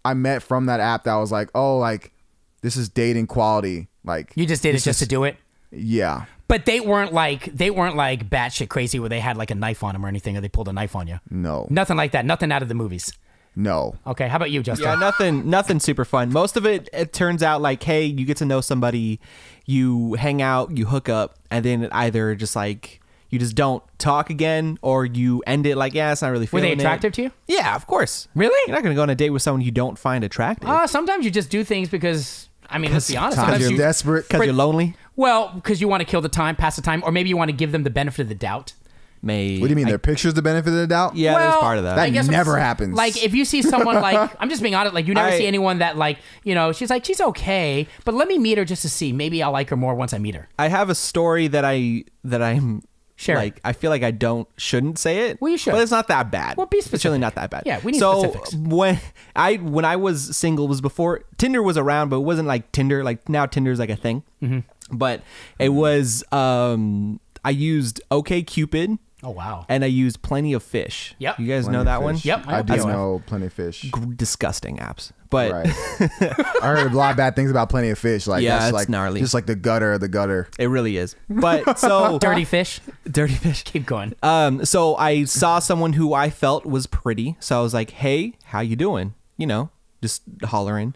[SPEAKER 3] I met from that app that was like, oh, like this is dating quality. Like,
[SPEAKER 2] You just did it
[SPEAKER 3] this
[SPEAKER 2] just to
[SPEAKER 3] is-
[SPEAKER 2] do it.
[SPEAKER 3] Yeah.
[SPEAKER 2] But they weren't like they weren't like batshit crazy where they had like a knife on them or anything or they pulled a knife on you.
[SPEAKER 3] No.
[SPEAKER 2] Nothing like that. Nothing out of the movies.
[SPEAKER 3] No.
[SPEAKER 2] Okay, how about you, Justin?
[SPEAKER 3] <laughs>
[SPEAKER 4] Yeah, nothing, nothing super fun. Most of it, it turns out like, hey, you get to know somebody, you hang out, you hook up, and then it either just like you just don't talk again, or you end it like, yeah, it's not really.
[SPEAKER 2] Were
[SPEAKER 4] Feeling
[SPEAKER 2] they
[SPEAKER 4] it.
[SPEAKER 2] attractive to you?
[SPEAKER 4] Yeah, of course.
[SPEAKER 2] Really?
[SPEAKER 4] You're not gonna go on a date with someone you don't find attractive
[SPEAKER 2] Uh, sometimes you just do things because I mean, let's be honest.
[SPEAKER 3] Times
[SPEAKER 2] sometimes
[SPEAKER 3] you're
[SPEAKER 2] you-
[SPEAKER 3] desperate.
[SPEAKER 4] because you're lonely.
[SPEAKER 2] well, because you want to kill the time, pass the time, or maybe you want to give them the benefit of the doubt.
[SPEAKER 4] May
[SPEAKER 3] What do you mean?
[SPEAKER 4] I-
[SPEAKER 3] their pictures the benefit of the doubt?
[SPEAKER 4] yeah,
[SPEAKER 2] well,
[SPEAKER 4] there's part of that.
[SPEAKER 3] That
[SPEAKER 2] I guess I'm
[SPEAKER 3] never
[SPEAKER 2] s-
[SPEAKER 3] happens.
[SPEAKER 2] Like if you see
[SPEAKER 4] <laughs>
[SPEAKER 2] someone like I'm just being honest, like you never
[SPEAKER 4] I-
[SPEAKER 2] see anyone that like you know she's like she's okay, but let me meet her just to see. Maybe I'll like her more once I meet her.
[SPEAKER 4] I have a story that I that I'm
[SPEAKER 2] Share it.
[SPEAKER 4] like I feel like I don't shouldn't say it.
[SPEAKER 2] Well, you should.
[SPEAKER 4] but it's not that bad.
[SPEAKER 2] Well, be
[SPEAKER 4] It's really
[SPEAKER 2] specific.
[SPEAKER 4] not that bad.
[SPEAKER 2] Yeah, we need
[SPEAKER 4] so
[SPEAKER 2] specifics.
[SPEAKER 4] when I when I was single it was before Tinder was around, but it wasn't like Tinder. Like now Tinder's like a thing,
[SPEAKER 2] Mm-hmm.
[SPEAKER 4] but it was. um I used OK Cupid.
[SPEAKER 2] Oh wow,
[SPEAKER 4] And I used Plenty of Fish.
[SPEAKER 2] Yep.
[SPEAKER 4] You guys
[SPEAKER 3] Plenty
[SPEAKER 4] know
[SPEAKER 3] of
[SPEAKER 4] that
[SPEAKER 3] fish.
[SPEAKER 4] one?
[SPEAKER 2] Yep, I
[SPEAKER 3] I,
[SPEAKER 2] know
[SPEAKER 3] do
[SPEAKER 2] that one.
[SPEAKER 3] know plenty of fish.
[SPEAKER 4] Disgusting apps. But <laughs>
[SPEAKER 3] Right. I heard a lot of bad things about plenty of fish. Like
[SPEAKER 4] Yeah,
[SPEAKER 3] that's
[SPEAKER 4] it's
[SPEAKER 3] like
[SPEAKER 4] gnarly.
[SPEAKER 3] Just like the gutter of the gutter.
[SPEAKER 4] it really is. But so
[SPEAKER 2] <laughs> dirty fish.
[SPEAKER 4] <laughs> dirty fish.
[SPEAKER 2] Keep going.
[SPEAKER 4] Um, so I saw someone who I felt was pretty. So I was like, "Hey, how you doing?" You know, just hollering.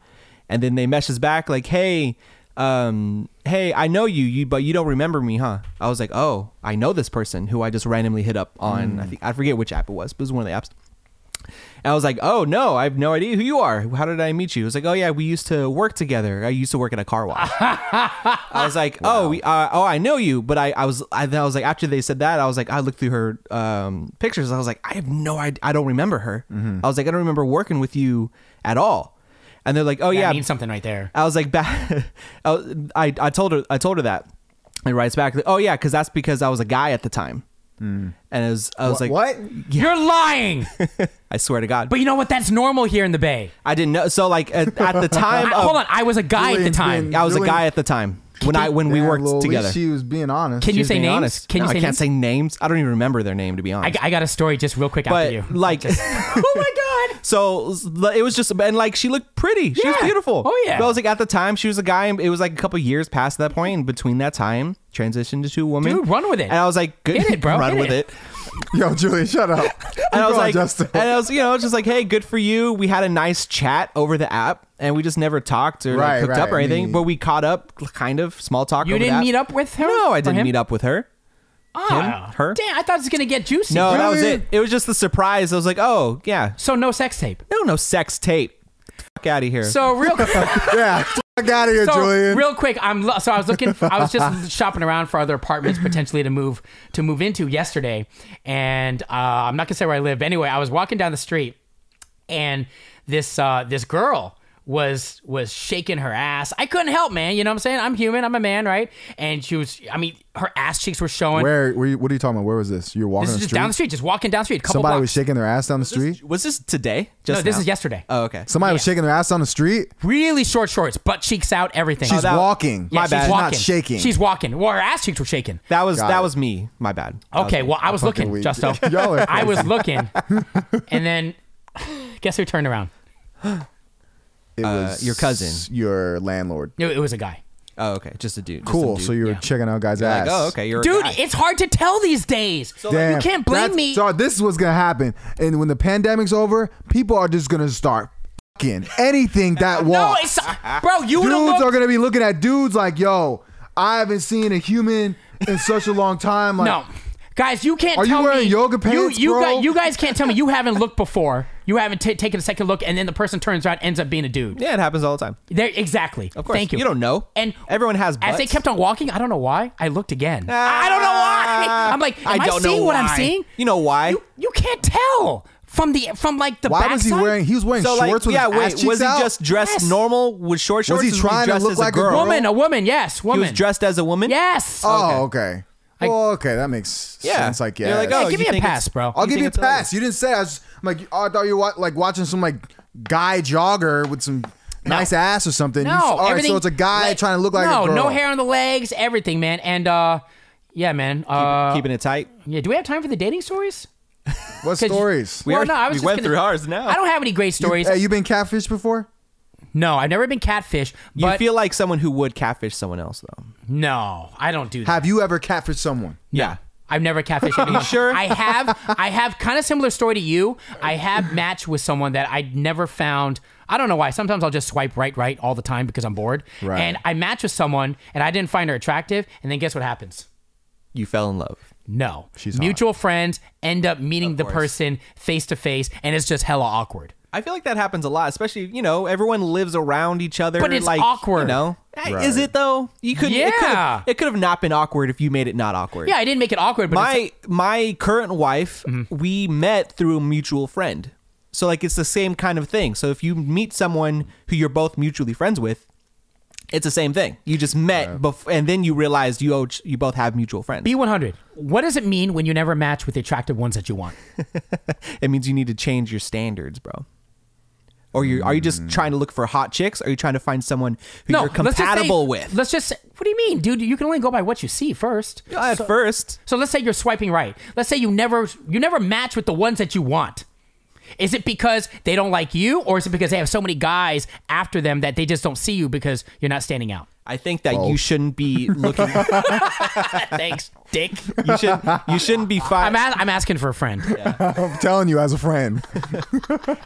[SPEAKER 4] And then they message back like, "Hey, um, hey, I know you, you, but you don't remember me, huh?" I was like, "Oh, I know this person who I just randomly hit up on. I think I forget which app it was, but it was one of the apps." And I was like, "Oh no, I have no idea who you are. How did I meet you?" It was like, "Oh yeah, we used to work together. I used to work at a
[SPEAKER 2] <laughs>
[SPEAKER 4] car wash." I was like, oh, we, uh, oh, I know you, but I, I was, I, then I was like, after they said that, I was like, I looked through her um, pictures. I was like, I have no idea. I don't remember her. I was like, I don't remember working with you at all. And they're like, "Oh
[SPEAKER 2] That
[SPEAKER 4] yeah,
[SPEAKER 2] means something right there.
[SPEAKER 4] <laughs> I was like, back. <laughs> I, was- I I told her I told her that, and writes back, "Oh yeah, because that's because I was a guy at the time." And it was, I was like,
[SPEAKER 3] what?
[SPEAKER 2] You're
[SPEAKER 4] <laughs>
[SPEAKER 2] lying.
[SPEAKER 4] I swear to God,
[SPEAKER 2] but you know what? That's normal here in the Bay.
[SPEAKER 4] I didn't know. So like at,
[SPEAKER 3] <laughs>
[SPEAKER 4] at the
[SPEAKER 2] I,
[SPEAKER 4] time,
[SPEAKER 2] hold
[SPEAKER 4] of,
[SPEAKER 2] on. I was a guy at the
[SPEAKER 3] Julian's
[SPEAKER 2] time.
[SPEAKER 3] been-
[SPEAKER 4] I was a
[SPEAKER 3] Really?
[SPEAKER 4] guy at the time when I when we
[SPEAKER 3] Damn,
[SPEAKER 4] worked
[SPEAKER 3] well, at least
[SPEAKER 4] together.
[SPEAKER 3] She was being honest.
[SPEAKER 2] Can
[SPEAKER 4] She
[SPEAKER 2] you
[SPEAKER 4] was
[SPEAKER 2] say
[SPEAKER 4] being
[SPEAKER 2] names?
[SPEAKER 4] honest.
[SPEAKER 2] Can you
[SPEAKER 4] No,
[SPEAKER 2] say
[SPEAKER 4] I can't
[SPEAKER 2] names?
[SPEAKER 4] say names. I don't even remember their name to be honest.
[SPEAKER 2] I, I got a story just real quick
[SPEAKER 4] but
[SPEAKER 2] after you.
[SPEAKER 4] like, <laughs>
[SPEAKER 2] <laughs> oh my god.
[SPEAKER 4] so it was just and like she looked pretty. She was
[SPEAKER 2] Yeah.
[SPEAKER 4] beautiful.
[SPEAKER 2] Oh, yeah.
[SPEAKER 4] But I was like at the time she was a guy. and It was like a couple years past that point, and between that time transitioned to a woman.
[SPEAKER 2] Dude, run with it.
[SPEAKER 4] And I was like, good,
[SPEAKER 2] Hit it, bro.
[SPEAKER 4] <laughs> run
[SPEAKER 2] Hit
[SPEAKER 4] with
[SPEAKER 2] it.
[SPEAKER 4] it.
[SPEAKER 3] <laughs> Yo,
[SPEAKER 2] <laughs>
[SPEAKER 3] Julian, shut up. Keep
[SPEAKER 4] and I was
[SPEAKER 3] going,
[SPEAKER 4] like,
[SPEAKER 3] Justin.
[SPEAKER 4] and I was, you know, just like, hey, good for you. We had a nice chat over the app, and we just never talked or like,
[SPEAKER 3] Right,
[SPEAKER 4] hooked up
[SPEAKER 3] right.
[SPEAKER 4] or
[SPEAKER 3] I mean-
[SPEAKER 4] anything. but we caught up, kind of small talk.
[SPEAKER 2] You
[SPEAKER 4] over the
[SPEAKER 2] didn't
[SPEAKER 4] app.
[SPEAKER 2] meet up with her?
[SPEAKER 4] No, I
[SPEAKER 2] Or
[SPEAKER 4] didn't
[SPEAKER 2] him?
[SPEAKER 4] meet up with her.
[SPEAKER 2] Ah,
[SPEAKER 4] Him? Her?
[SPEAKER 2] Damn, I thought it was gonna get juicy.
[SPEAKER 4] No, that was
[SPEAKER 3] Really?
[SPEAKER 4] it. It was just the surprise. I was like, oh yeah,
[SPEAKER 2] So no sex tape.
[SPEAKER 4] no, no sex tape. Fuck out of here. <laughs>
[SPEAKER 2] So real.
[SPEAKER 3] <laughs> yeah, I got here,
[SPEAKER 2] so
[SPEAKER 3] Julian.
[SPEAKER 2] real quick, I'm lo- so I was looking. For, I was
[SPEAKER 4] <laughs>
[SPEAKER 2] just shopping around for other apartments potentially to move to move into yesterday, and uh, I'm not gonna say where I live. But anyway, I was walking down the street, and this uh, this girl was was shaking her ass. I couldn't help, man. You know what I'm saying? I'm human. I'm a man, right? And she was. I mean, her ass cheeks were showing.
[SPEAKER 3] Where? Were you, what are you talking about? Where was this? You're walking
[SPEAKER 2] this is
[SPEAKER 3] the
[SPEAKER 2] just
[SPEAKER 3] street.
[SPEAKER 2] down the street, just walking down the street. A couple
[SPEAKER 3] Somebody
[SPEAKER 2] blocks.
[SPEAKER 3] was shaking their ass down the street.
[SPEAKER 4] was this today? Just
[SPEAKER 2] no, this
[SPEAKER 4] now?
[SPEAKER 2] is yesterday.
[SPEAKER 4] Oh, okay.
[SPEAKER 3] Somebody was shaking their ass down the street.
[SPEAKER 2] really short shorts, butt cheeks out, everything.
[SPEAKER 3] She's
[SPEAKER 4] that-
[SPEAKER 3] walking.
[SPEAKER 2] Yeah,
[SPEAKER 4] my
[SPEAKER 2] she's
[SPEAKER 4] bad. She's
[SPEAKER 3] not
[SPEAKER 2] walking.
[SPEAKER 3] shaking.
[SPEAKER 2] She's walking. Well, her ass cheeks were shaking.
[SPEAKER 4] that was
[SPEAKER 3] Got
[SPEAKER 4] that
[SPEAKER 3] it.
[SPEAKER 4] was me. My bad. That was
[SPEAKER 2] Okay,
[SPEAKER 4] me.
[SPEAKER 2] well, I was
[SPEAKER 3] fucking
[SPEAKER 2] looking,
[SPEAKER 3] weak.
[SPEAKER 2] Justo.
[SPEAKER 3] <laughs> Y'all are
[SPEAKER 2] I was looking,
[SPEAKER 3] <laughs>
[SPEAKER 2] and then <sighs> guess who turned around?
[SPEAKER 3] It
[SPEAKER 2] uh,
[SPEAKER 3] was
[SPEAKER 4] your cousin.
[SPEAKER 3] your landlord.
[SPEAKER 2] No, it was a guy.
[SPEAKER 4] Oh, okay. Just a dude. just some
[SPEAKER 3] Cool.
[SPEAKER 4] dude.
[SPEAKER 3] So you were
[SPEAKER 2] Yeah.
[SPEAKER 3] checking out guys'
[SPEAKER 4] Like,
[SPEAKER 3] ass.
[SPEAKER 4] oh, okay. You're a
[SPEAKER 2] Dude,
[SPEAKER 4] guy.
[SPEAKER 2] it's hard to tell these days.
[SPEAKER 3] Damn,
[SPEAKER 2] you can't blame
[SPEAKER 3] that's-
[SPEAKER 2] me.
[SPEAKER 3] So this is what's gonna happen, and when the pandemic's over, people are just gonna start fucking anything that
[SPEAKER 2] <laughs> No,
[SPEAKER 3] walks.
[SPEAKER 2] it's bro. You would
[SPEAKER 3] dudes
[SPEAKER 2] have
[SPEAKER 3] are
[SPEAKER 2] looked.
[SPEAKER 3] gonna be looking at dudes like, yo, I haven't seen a human in such a long time. Like,
[SPEAKER 2] No, guys, you can't.
[SPEAKER 3] Are you
[SPEAKER 2] tell
[SPEAKER 3] wearing
[SPEAKER 2] me,
[SPEAKER 3] yoga pants,
[SPEAKER 2] you, you
[SPEAKER 3] bro?
[SPEAKER 2] Guys, you guys can't tell me you haven't looked before. You haven't ta taken a second look, and then the person turns around, ends up being a dude.
[SPEAKER 4] yeah, it happens all the time.
[SPEAKER 2] There, exactly. Of
[SPEAKER 4] course,
[SPEAKER 2] Thank you.
[SPEAKER 4] you don't know.
[SPEAKER 2] And
[SPEAKER 4] Everyone has
[SPEAKER 2] As they
[SPEAKER 4] butts.
[SPEAKER 2] kept on walking, I don't know why. I looked again. I don't know why. <laughs> I'm like,
[SPEAKER 4] Ah. I
[SPEAKER 2] am I,
[SPEAKER 4] don't know
[SPEAKER 2] seeing what I'm
[SPEAKER 4] why.
[SPEAKER 2] seeing?
[SPEAKER 4] You know why?
[SPEAKER 2] You, you can't tell from the from like the.
[SPEAKER 3] Why was he
[SPEAKER 2] backside.
[SPEAKER 3] wearing? He was wearing
[SPEAKER 4] So like,
[SPEAKER 3] shorts with
[SPEAKER 4] yeah,
[SPEAKER 3] his ass
[SPEAKER 4] wait,
[SPEAKER 3] cheeks
[SPEAKER 4] was he
[SPEAKER 3] out?
[SPEAKER 4] just dressed
[SPEAKER 2] Yes.
[SPEAKER 4] normal with short shorts?
[SPEAKER 3] he
[SPEAKER 4] or
[SPEAKER 3] trying to
[SPEAKER 4] dressed
[SPEAKER 3] look
[SPEAKER 4] as
[SPEAKER 3] like a
[SPEAKER 4] a girl?
[SPEAKER 3] girl?
[SPEAKER 2] woman? A woman? Yes,
[SPEAKER 4] He
[SPEAKER 2] woman.
[SPEAKER 4] was dressed as a woman.
[SPEAKER 2] Yes.
[SPEAKER 3] Oh, okay.
[SPEAKER 2] I-
[SPEAKER 3] oh, okay. That makes
[SPEAKER 4] Yeah.
[SPEAKER 3] sense. Like, yeah.
[SPEAKER 4] You're like,
[SPEAKER 2] Hey,
[SPEAKER 4] oh,
[SPEAKER 2] give me
[SPEAKER 4] you
[SPEAKER 2] a
[SPEAKER 4] think it's-
[SPEAKER 2] pass, bro.
[SPEAKER 3] I'll
[SPEAKER 4] you
[SPEAKER 3] give
[SPEAKER 4] think
[SPEAKER 3] you a
[SPEAKER 4] it's hilarious.
[SPEAKER 3] pass. You didn't say. I was I'm like, oh, I thought you were wa- like watching some like guy jogger with some nice ass or something. You-
[SPEAKER 2] no,
[SPEAKER 3] all right,
[SPEAKER 2] everything.
[SPEAKER 3] so it's a guy
[SPEAKER 2] like-
[SPEAKER 3] trying to look like
[SPEAKER 2] no,
[SPEAKER 3] a girl.
[SPEAKER 2] no hair on the legs, everything, man. And uh, yeah, man. Uh,
[SPEAKER 4] Keeping it tight.
[SPEAKER 2] yeah. Do we have time for the dating stories?
[SPEAKER 3] What
[SPEAKER 2] 'Cause you-
[SPEAKER 3] stories?
[SPEAKER 4] We
[SPEAKER 2] well,
[SPEAKER 4] already-
[SPEAKER 2] no, I was
[SPEAKER 4] we
[SPEAKER 2] just
[SPEAKER 4] went
[SPEAKER 2] gonna-
[SPEAKER 4] through ours now. eh,
[SPEAKER 2] I don't have any great stories.
[SPEAKER 3] Hey, you been catfished before?
[SPEAKER 2] no, I've never been catfish. But
[SPEAKER 4] you feel like someone who would catfish someone else, though.
[SPEAKER 2] no, I don't do that.
[SPEAKER 3] Have you ever catfished someone?
[SPEAKER 4] Yeah.
[SPEAKER 2] I've never <laughs> catfished. anyone.
[SPEAKER 4] sure?
[SPEAKER 2] I have. I have kind of similar story to you. I have matched with someone that I never found. I don't know why. Sometimes I'll just swipe right, right all the time because I'm bored.
[SPEAKER 3] Right.
[SPEAKER 2] And I match with someone, and I didn't find her attractive. And then guess what happens?
[SPEAKER 4] You fell in love.
[SPEAKER 2] No.
[SPEAKER 3] She's hot.
[SPEAKER 2] mutual friends end up meeting the
[SPEAKER 4] course.
[SPEAKER 2] person face to face, and it's just hella awkward.
[SPEAKER 4] I feel like that happens a lot, especially you know everyone lives around each other.
[SPEAKER 2] But it's
[SPEAKER 4] like,
[SPEAKER 2] awkward.
[SPEAKER 4] You know, Eh, is it though? You could.
[SPEAKER 2] Yeah.
[SPEAKER 4] It could have not been awkward if you made it not awkward.
[SPEAKER 2] Yeah, I didn't make it awkward, but it's- Mm-hmm.
[SPEAKER 4] my my current wife we met through a mutual friend so like it's the same kind of thing so if you meet someone who you're both mutually friends with it's the same thing you just met bef- and then you realized you owe, you both have mutual friends
[SPEAKER 2] B100. What does it mean when you never match with the attractive ones that you want?
[SPEAKER 4] it means you need to change your standards bro or you are you just trying to look for hot chicks? Are you trying to find someone who you're
[SPEAKER 2] Mm. let's just say-
[SPEAKER 4] compatible with?
[SPEAKER 2] Let's just. Say, what do you mean, dude? You can only go by what you see first.
[SPEAKER 4] At first,
[SPEAKER 2] So let's say you're swiping right. Let's say you never you never match with the ones that you want. Is it because they don't like you, or is it because they have so many guys after them that they just don't see you because you're not standing out?
[SPEAKER 4] I think that you shouldn't be looking.
[SPEAKER 2] <laughs>
[SPEAKER 4] <laughs>
[SPEAKER 2] Thanks, Dick.
[SPEAKER 4] you should. You shouldn't be fine.
[SPEAKER 2] I'm a- I'm asking for a friend.
[SPEAKER 3] <laughs> I'm telling you, as a friend.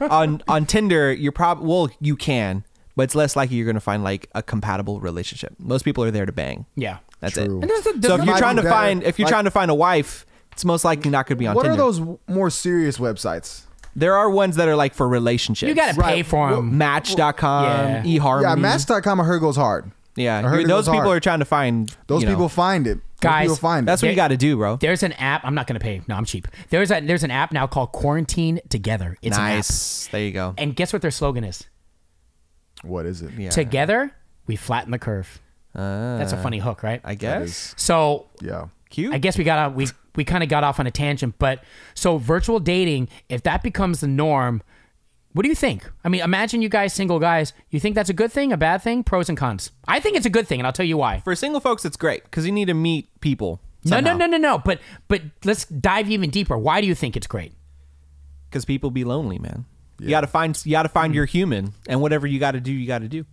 [SPEAKER 4] on on Tinder, you're probably well, you can, but it's less likely you're gonna find like a compatible relationship. Most people are there to bang.
[SPEAKER 2] Yeah.
[SPEAKER 4] that's
[SPEAKER 3] True.
[SPEAKER 4] it.
[SPEAKER 2] And there's- there's
[SPEAKER 4] so if
[SPEAKER 2] no-
[SPEAKER 4] you're
[SPEAKER 3] Might
[SPEAKER 4] trying
[SPEAKER 3] be
[SPEAKER 4] to
[SPEAKER 3] better.
[SPEAKER 4] find if you're
[SPEAKER 3] Like-
[SPEAKER 4] trying to find a wife, it's most likely not gonna be on
[SPEAKER 3] What
[SPEAKER 4] Tinder.
[SPEAKER 3] are those w- more serious websites?
[SPEAKER 4] There are ones that are like for relationships.
[SPEAKER 2] You gotta pay
[SPEAKER 3] Right.
[SPEAKER 2] for them.
[SPEAKER 4] Match.com,
[SPEAKER 2] Yeah.
[SPEAKER 4] eHarmony.
[SPEAKER 3] Yeah, Match.com. I heard goes hard.
[SPEAKER 4] Yeah,
[SPEAKER 3] I heard
[SPEAKER 4] you-
[SPEAKER 3] it
[SPEAKER 4] those
[SPEAKER 3] goes
[SPEAKER 4] people
[SPEAKER 3] hard.
[SPEAKER 4] are trying to find
[SPEAKER 3] Those
[SPEAKER 4] you know,
[SPEAKER 3] people find it. Those
[SPEAKER 2] Guys,
[SPEAKER 3] people find
[SPEAKER 4] that's
[SPEAKER 3] it.
[SPEAKER 4] what you
[SPEAKER 2] They-
[SPEAKER 4] gotta do, bro.
[SPEAKER 2] There's an app. I'm not gonna pay. No, I'm cheap. There's a there's an app now called Quarantine Together. It's an app.
[SPEAKER 4] Nice. There you go.
[SPEAKER 2] And guess what their slogan is?
[SPEAKER 3] What is it?
[SPEAKER 4] Yeah.
[SPEAKER 2] Together, we flatten the curve. That's a funny hook, right?
[SPEAKER 4] I
[SPEAKER 3] That
[SPEAKER 4] guess.
[SPEAKER 3] is
[SPEAKER 2] so
[SPEAKER 3] yeah.
[SPEAKER 4] Cute.
[SPEAKER 2] I guess we got on, we we kind of got off on a tangent, but so virtual dating, if that becomes the norm, what do you think? I mean, imagine you guys, single guys, you think that's a good thing, a bad thing, pros and cons. I think it's a good thing, and I'll tell you why.
[SPEAKER 4] For single folks, it's great because you need to meet people.
[SPEAKER 2] No, no, no, no, no. But but let's dive even deeper. Why do you think it's great?
[SPEAKER 4] Because people be lonely, man. You gotta find. You gotta
[SPEAKER 2] Hmm.
[SPEAKER 4] find your human, and whatever you gotta do, you gotta do.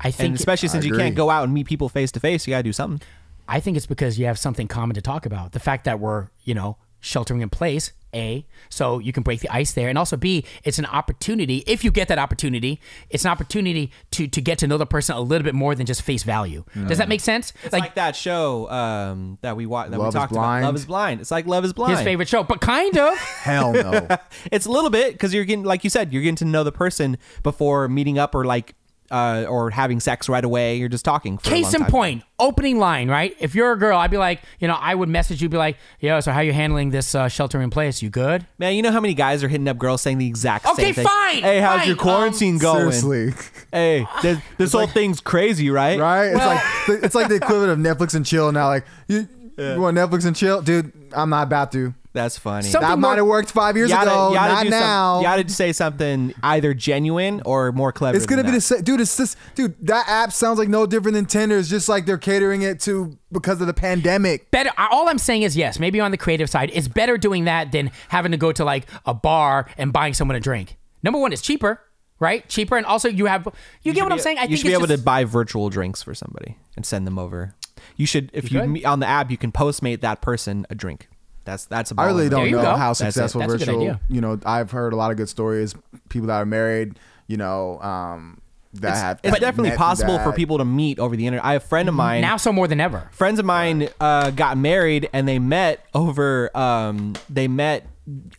[SPEAKER 2] I think
[SPEAKER 4] And especially since you
[SPEAKER 3] agree.
[SPEAKER 4] can't go out and meet people face to face, you gotta do something.
[SPEAKER 2] I think it's because you have something common to talk about. The fact that we're, you know, sheltering in place, A, so you can break the ice there. And also B, it's an opportunity, if you get that opportunity, it's an opportunity to to get to know the person a little bit more than just face value. Does that make sense?
[SPEAKER 4] Mm. It's like that show um, that we watched that
[SPEAKER 3] Love is
[SPEAKER 4] we talked about.
[SPEAKER 3] Blind.
[SPEAKER 4] Love is blind. It's like Love is blind.
[SPEAKER 2] his favorite show, but kind
[SPEAKER 4] <laughs>
[SPEAKER 2] of.
[SPEAKER 3] Hell no.
[SPEAKER 4] It's a little bit because you're getting, like you said, you're getting to know the person before meeting up or like uh, or having sex right away. You're just talking. For a
[SPEAKER 2] Case
[SPEAKER 4] long
[SPEAKER 2] in
[SPEAKER 4] time.
[SPEAKER 2] point, opening line, right? If you're a girl, I'd be like, you know, I would message you, be like, yo, so how you handling this uh, shelter in place? You good?
[SPEAKER 4] man. You know how many guys are hitting up girls saying the exact
[SPEAKER 2] Okay,
[SPEAKER 4] same thing.
[SPEAKER 2] fine,
[SPEAKER 4] Hey, how's
[SPEAKER 2] fine,
[SPEAKER 4] your quarantine
[SPEAKER 2] um,
[SPEAKER 4] going?
[SPEAKER 3] Seriously.
[SPEAKER 4] Hey, this, this whole thing's crazy, right?
[SPEAKER 3] Right? It's
[SPEAKER 4] <laughs>
[SPEAKER 2] Well-
[SPEAKER 3] like it's like the equivalent of Netflix and chill now. Like you, you want Netflix and chill, dude? I'm not about to.
[SPEAKER 4] That's funny.
[SPEAKER 2] Some-
[SPEAKER 3] That
[SPEAKER 2] Something
[SPEAKER 3] might
[SPEAKER 2] more-
[SPEAKER 3] have worked five years
[SPEAKER 4] You gotta-
[SPEAKER 3] ago.
[SPEAKER 4] you gotta
[SPEAKER 3] not
[SPEAKER 4] do some-
[SPEAKER 3] now.
[SPEAKER 4] you gotta say something either genuine or more clever.
[SPEAKER 3] It's gonna
[SPEAKER 4] than
[SPEAKER 3] be the
[SPEAKER 4] that.
[SPEAKER 3] same, dude. It's just, dude. That app sounds like no different than Tinder. It's just like they're catering it to because of the pandemic.
[SPEAKER 2] better I- all i'm saying is yes maybe on the creative side it's better doing that than having to go to like a bar and buying someone a drink number one it's cheaper right cheaper and also you have you, get what i'm saying i
[SPEAKER 4] you
[SPEAKER 2] think
[SPEAKER 4] should be
[SPEAKER 2] it's
[SPEAKER 4] able
[SPEAKER 2] just-
[SPEAKER 4] to buy virtual drinks for somebody and send them over. You should, if you,
[SPEAKER 2] could.
[SPEAKER 4] meet on the app, you can postmate that person a drink. That's that's. A
[SPEAKER 3] I really
[SPEAKER 4] baller.
[SPEAKER 2] There
[SPEAKER 3] don't
[SPEAKER 2] you
[SPEAKER 3] know
[SPEAKER 2] go.
[SPEAKER 3] how
[SPEAKER 2] That's it.
[SPEAKER 3] successful
[SPEAKER 2] That's a good idea.
[SPEAKER 3] virtual. You know, I've heard a lot of good stories. People that are married, you know, um, that have.
[SPEAKER 4] It's definitely
[SPEAKER 3] met
[SPEAKER 4] possible for
[SPEAKER 3] that.
[SPEAKER 4] people to meet over the internet. I have a friend of mine.
[SPEAKER 2] Mm-hmm. now so more than ever
[SPEAKER 4] friends of mine uh, got married and they met over. Um, they met